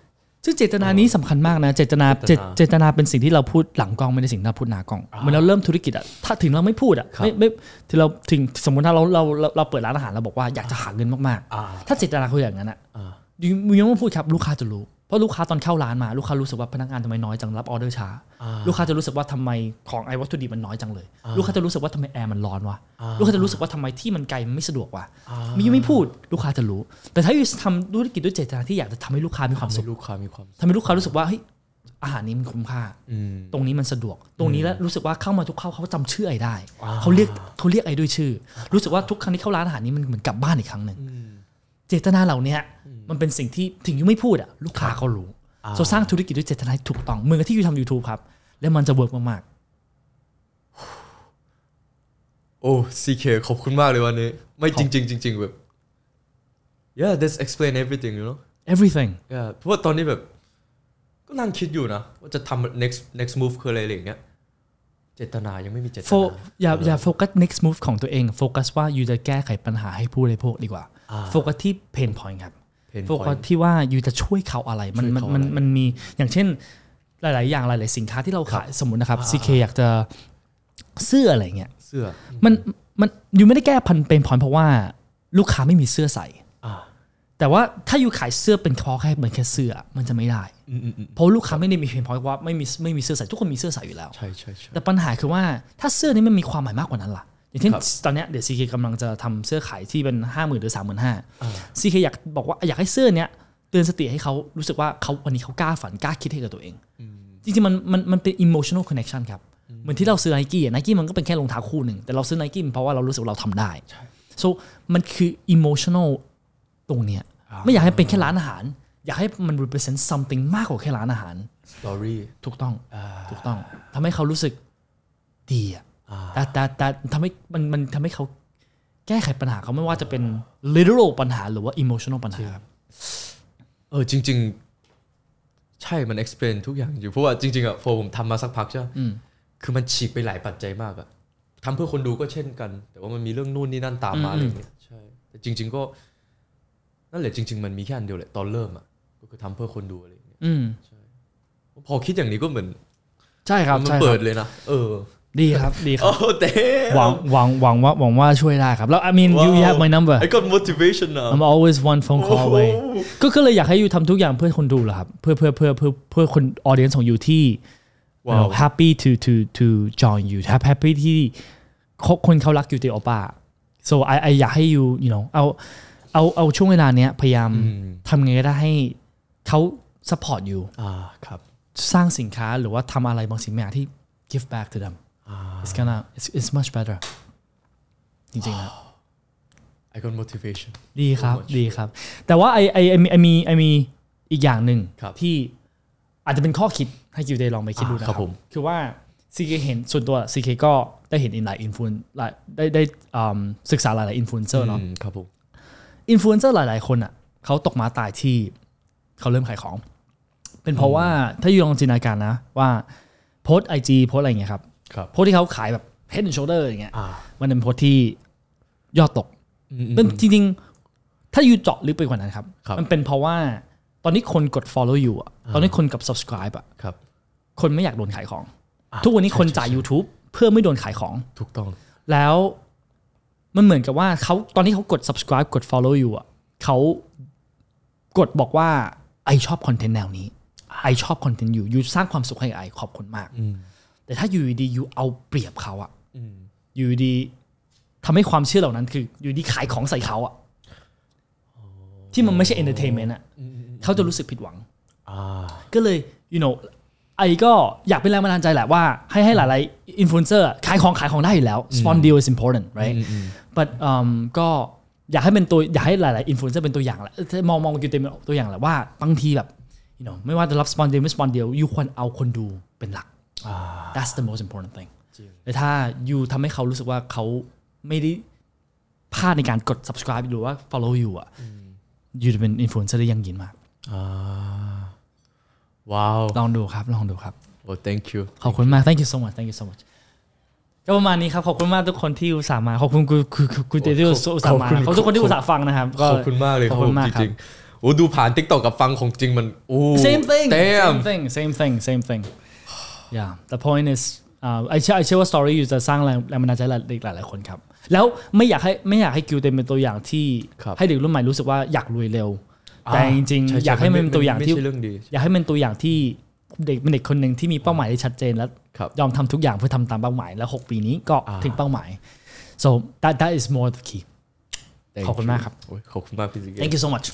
ซึ่งเจตนานี้สำคัญมากนะ เจตนาเจ
เจ
ต
ตนา
เจตนาเป็นสิ่งที่เราพูดหลังกล้องไม่ได้สิ่งที่เราพูดหน้ากล้องเหมือนเราเริ่มธุรกิจอะถ้าถึงเราไม่พูดอะ
ครับ
ไม่ไม่ถึงเราถึงสมมติถ้าเราเราเราเราเปิดร้านอาหารเราบอกว่าอยากจะหาเงินมาก
อ่า
ๆ ถ้าเจตนาเขาอย่างนั้นอะ
อ่า
ยูยูยังไม่พูดครับลูกค้าจะรู้เพราะลูกค้าตอนเข้าร้านมาลูกค้ารู้สึกว่าพนักงานทำไมน้อยจังรับออเดอร์ช้า
อ่า
ลูกค้าจะรู้สึกว่าทำไมของไอวัตถุดิบมันน้อยจังเลย ลูกค้าจะรู้สึกว่าทำไมแอร์มันร้อนวะ
อ่า
ลูกค้าจะรู้สึกว่าทำไมที่มันไกลมันไม่สะดวกวะ
อ่า
ยูไม่พูดลูกค้าจะรู้ แต่ถ้ายูทำธุรกิจด้วยเจตนาที่อยากจะทำให้ลูกค้ามีความสุข
ให้ลูกค้ามีความสุข
ทำให้ลูกค้ารู้สึกว่าเฮ้ยอาหารนี้มันคุ้มค่า
อืม
ตรงนี้มันสะดวก ตรงนี้แล้วรู้สึกว่าเข้ามาทุกเข้าเขาจำชื่อไอได้
อ่า
เขาเรียกเขาเรียกไอด้วยชื่อ รู้สึกว่าทุกครั้งที่เข้าร้านอาหารนี้มันเหมือนกลับบ้านอีกครั้งหนึ่ง
อืม
เจตนาเหล่าเนี้ยมันเป็นสิ่งที่ถึงยังไม่พูดอะลูกค้าเขารู้
อ่า
โซสร้างธุรกิจด้วยเจตนาที่ถูกต้องเหมือนกับที่ยูทำยูทูบครับ แล้วมันจะเวิร์กมาก
โอ้ซีเคขอบคุณมากเลยวันนี้ ไม่จริง ๆ จริง ๆ แบบ yeah that's explain everything you know
ๆ everything
yeah เพราะว่าตอนนี้แบบ ก็นั่งคิดอยู่นะ ว่าจะทำ next next move คืออะไรอะไรอย่างเงี้ยเจตนายังไม่มีเจต
โฟ
นา
อย่าอย่าโฟกัส next move ของตัวเองโฟกัสว่ายูจะแก้ไขปัญหาให้ผู้บริโภคดีกว่าโฟกัสที่ pain point ครับ
เพน
โฟ
พ
กั
อ
ส
ย
ที่ว่ายูจะช่วยเขาอะไรมัน
ช่วย
มัน
เขา
มัน
อะไร
มันมีอย่างเช่นหลาย ๆ อย่างหลาย ๆ สินค้าที่เราขายสมมตินะครับ CK อยากจะเสื้ออะไรเงี้ย
เสื้อ
มันมันยูไม่ได้แก้พันเป็นพรเพราะว่าลูกค้าไม่มีเสื้อใส่
อ่า
แต่ว่าถ้ายูขายเสื้อเป็นคอแค่เหมือนแค่เสื้อมันจะไม่ได้
อืมอืมอืม
เพราะลูกค้าไม่ได้มีเพนพอยว่าไม่มีไม่มีเสื้อใส่ทุกคนมีเสื้อใส่อยู่แล้ว
ใช่ใช่ใช่
แต่ปัญหาคือว่าถ้าเสื้อนี้มันมีความหมายมากกว่านั้นล่ะ อย่างเช่น
ครับ
ตอนเนี้ยเดี๋ยวซีเคกำลังจะทำเสื้อขายที่เป็นห้าหมื่นหรือสามหมื่นห้าซีเคอยากบอกว่าอยากให้เสื้อเนี้ยเตือนสติให้เขารู้สึกว่าเขาวันนี้เขากล้าฝันกล้าคิดให้กับตัวเอง จริงๆมันมันมันเป็น emotional connection ครับ เหมือนที่เราซื้อไนกี้ไนกี้มันก็เป็นแค่รองเท้าคู่หนึ่งแต่เราซื้อไนกี้เพราะว่าเรารู้สึกว่าเราทำได้ so มันคือ emotional ตรงเนี้ยไม่อยากให้เป็นแค่ร้านอาหาร อยากให้มัน represent something มากกว่าแค่ร้านอาหาร
สตอรี่
ถูกต้องถูกต้องทำให้เขารู้สึกดีอ่ะ
อ่า
แต่แต่แต่ทำให้มันมันทำให้เขาแก้ไขปัญหาเขาไม่ว่าจะเป็น literal ปัญหาหรือว่า emotional ปัญหาครับ
เออจริง ๆ ใช่มัน explain ทุกอย่างอยู่เพราะว่าจริงๆอะพอผมทำมาสักพักใช่ไหมคือมันฉีกไปหลายปัจจัยมากอะทำเพื่อคนดูก็เช่นกัน แต่ว่ามันมีเรื่องนู่นนี่นั่นตามมา
อืม
อะไรอย่างเงี้ยใช่แต่จริง ๆ ก็นั่นแหละจริง ๆ มันมีแค่อันเดียวแหละตอนเริ่มอะก็คือทำเพื่อคนดูอะไรอย่างเงี้ย
อืม
พอคิดอย่างนี้ก็เหมือน
ใช่ครับ
มัน
ใช่ค
เปิ
รับ
ดเลยนะเออ
ดีครับดีครับ
โอ้เต้
หวังหวังหวังว่าหวังว่าช่วยได้ครับแล้ว I mean you have my number
ไอ้ got motivation นะ
I'm always one phone call away ก็ก็เลยอยากให้ยูทำทุกอย่างเพื่อคนดูเหรอครับ เพื่อเพื่อเพื่อเพื่อเพื่อคนออเดียนของยูที่
ว้าว
happy to to to join you happy ที่เขาคนเขารักยูเตอป้า so I I อยากให้ยู you know เอาเอาเอาช่วงเวลาเนี้ยพยายามทำไงก็ได้ให้เขา support อยู่
อ่าครับ
สร้างสินค้าหรือว่าทำอะไรบางสิ่งบางอย่างที่ give back to them it's gonna it's, it's much better จริงๆนะ
ไอ้ got motivation
ดีครับ
much
ดีครับ แต่ว่าไอไอไอ้มีไอมีไอมีอีกอย่างหนึ่ง
ครับ
ที่อาจจะเป็นข้อคิดให้กิวเดย์ลองไปคิดดู
อ่า
นะ
ค
ค
รั
รั
บบ ผม
คือว่า CK เห็นส่วนตัว CK ก็ได้เห็นหลายอินฟลูเอนหลายได้ได้อืมศึกษาหลายๆอินฟลูเอนเซอร์เนาะ
มครับผม
อินฟลูเอนเซอร์หลาย ๆ คนอ่ะเขาตกมาตายที่เขาเริ่มขายของ เป็นเพราะว่าถ้าอยู่ลองจินตนาการนะ ว่าโพสไอจีโพสอะไรอย่างเงี้ยครับ
ครับ
โพสที่เขาขายแบบ head and shoulder อย่างเงี้ย
อ่า
มันเป็นโพสที่ยอดตก
อืม
มันจริงๆ ถ้าอยู่เจาะลึกไปกว่านั้นครับ
ครับ
มันเป็นเพราะว่าตอนนี้คนกด follow อยู่อะตอนนี้คนกับ subscribe อะ
ครับ
คนไม่อยากโดนขายของ ทุกวันนี้คนจ่าย YouTube เพื่อไม่โดนขายของ
ถูกต้อง
แล้วมันเหมือนกับว่าเขาตอนที่เขากด subscribe กด follow อยู่อะเขากดบอกว่าไอชอบคอนเทนต์แนวนี้ไอชอบคอนเทนต์อยู่ยูสร้างความสุขให้ไอขอบคุณมาก
อืม
แต่ถ้าอยู่ดีๆยูเอาเปรียบเขาอะ
อืม
อยู่ดีๆทำให้ความเชื่อเหล่านั้นคือ อยู่ดีขายของใส่เขาอะที่มันไม่ใช่ entertainment อะเขาจะรู้สึกผิดหวัง
อ่า
ก็เลย you know ไอก็อยากเป็นแรงบันดาลใจแหละว่า ให้ให้หลายๆ influencer ขายของขายของได้อยู่แล้ว spawn deal is important right but um ก็อยากให้เป็นตัวอยากให้หลายๆ influencer เป็นตัวอย่างแหละถ้ามองมองกิวเต็มเป็นตัวอย่างแหละว่าบางทีแบบ you know ไม่ว่าจะรับ spawn deal ไม่ spawn deal ยูควรเอาคนดูเป็นหลัก that's the most important thing
จริง
แต่ถ้ายูทำให้เขารู้สึกว่าเขาไม่ได้พลาดในการกด subscribe หรือว่า follow อยู่อะยูจะเป็น influencer ได้ยั่งยืนมาก
อ่า ว้าว
ลองดูครับลองดูครับ
โอ้ thank you
ขอบคุณมาก thank you so much thank you so much ก็ประมาณนี้ครับ ขอบคุณมากทุกคนที่อุตส่าห์มา ขอบคุณคุณคุณคุณคุณเจที่อุตส่าห์มา
ขอบคุณ
ขอบคุณทุกคนที่อุตส่าห์ฟังนะครับก็
ขอบคุณมากเลย
ขอบบ
ครั
คุณ
ผม
มาก
จ
ครับ
ริงๆโอ้ดูผ่านติ๊กตอกกับฟังของจริงมันโอ้
same thing
damn
same thing same thing same thing yeah the point is อ่าไอเชื่อไอเชื่อว่า story อยู่จะสร้างแรงแรงบันดาลใจให้หลายหลายๆคนครับ แล้วไม่อยากให้ไม่อยากให้กิวเต็มเป็นตัวอย่างที่
ครับ
ให้เด็กรุ่นใหม่รู้สึกว่าอยากรวยเร็ว แต่จริง
ช่
ๆ
ๆ
อยากให้มันเป็นตัวอย่างที่
ไม่ใช่เรื่องดี
อยากให้มันตัวอย่างที่เด็กเป็นเด็กคนหนึ่งที่มีเป้าหมายที่ชัดเจนและ
ครับ
ยอมทำทุกอย่างเพื่อทำตามเป้าหมาย แล้ว 6 ปีนี้ก็ถึงเป้าหมาย so that that is more the key
Thank
ขอบคุณมากครับ
you โอ้ยขอบคุณมากพี่สิเก
thank you so much